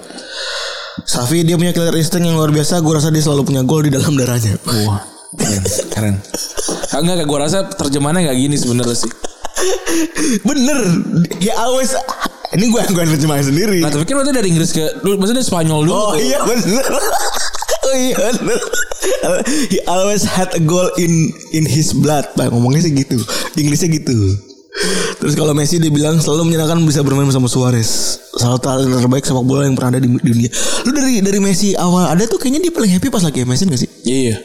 Speaker 3: Safi dia punya killer instinct yang luar biasa. Gue rasa dia selalu punya gol di dalam darahnya.
Speaker 2: Wah keren keren. Ah, Enggak gue rasa terjemahannya nggak gini sebenarnya sih.
Speaker 3: Bener. Dia always ini gue gue terjemahin sendiri.
Speaker 2: Nah tapi kan berarti dari Inggris ke lu- maksudnya dari Spanyol dulu.
Speaker 3: Oh
Speaker 2: tuh.
Speaker 3: iya bener. Oh iya bener. He always had a goal in in his blood. Pak ngomongnya sih gitu. Inggrisnya gitu. Terus kalau Messi dibilang selalu menyerahkan bisa bermain bersama Suarez. Salah satu talent terbaik sepak bola yang pernah ada di dunia. Lu dari dari Messi awal ada tuh kayaknya dia paling happy pas lagi MSN gak sih?
Speaker 2: Iya.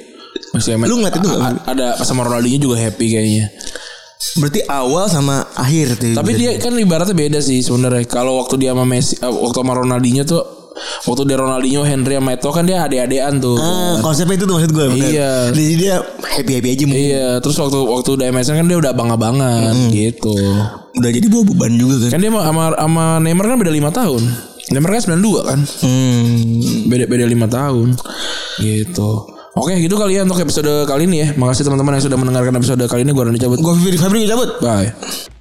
Speaker 2: Masih emang.
Speaker 3: Lu ngeliat itu nggak?
Speaker 2: A- a- Ada pas sama Ronaldinho juga happy kayaknya.
Speaker 3: Berarti awal sama akhir tuh.
Speaker 2: Tapi dia kan ibaratnya beda sih sebenarnya. Kalau waktu dia sama Messi, eh, waktu sama Ronaldinho tuh, waktu dia Ronaldinho, Henry sama Eto'o kan dia ade-adean tuh.
Speaker 3: Ah, konsepnya itu tuh maksud gue. bener.
Speaker 2: Iya.
Speaker 3: Jadi dia happy happy aja mungkin.
Speaker 2: Iya, terus waktu waktu udah MSN kan dia udah abang-abangan gitu.
Speaker 3: Udah jadi bawa beban juga kan.
Speaker 2: Kan dia sama, sama, sama Neymar kan beda 5 tahun. Neymar kan 92 kan.
Speaker 3: Hmm.
Speaker 2: Beda beda 5 tahun. Gitu. Oke, gitu kali ya untuk episode kali ini ya. Makasih teman-teman yang sudah mendengarkan episode kali ini. Gua Randy cabut.
Speaker 3: Gue Fabri Fabri cabut.
Speaker 2: Bye.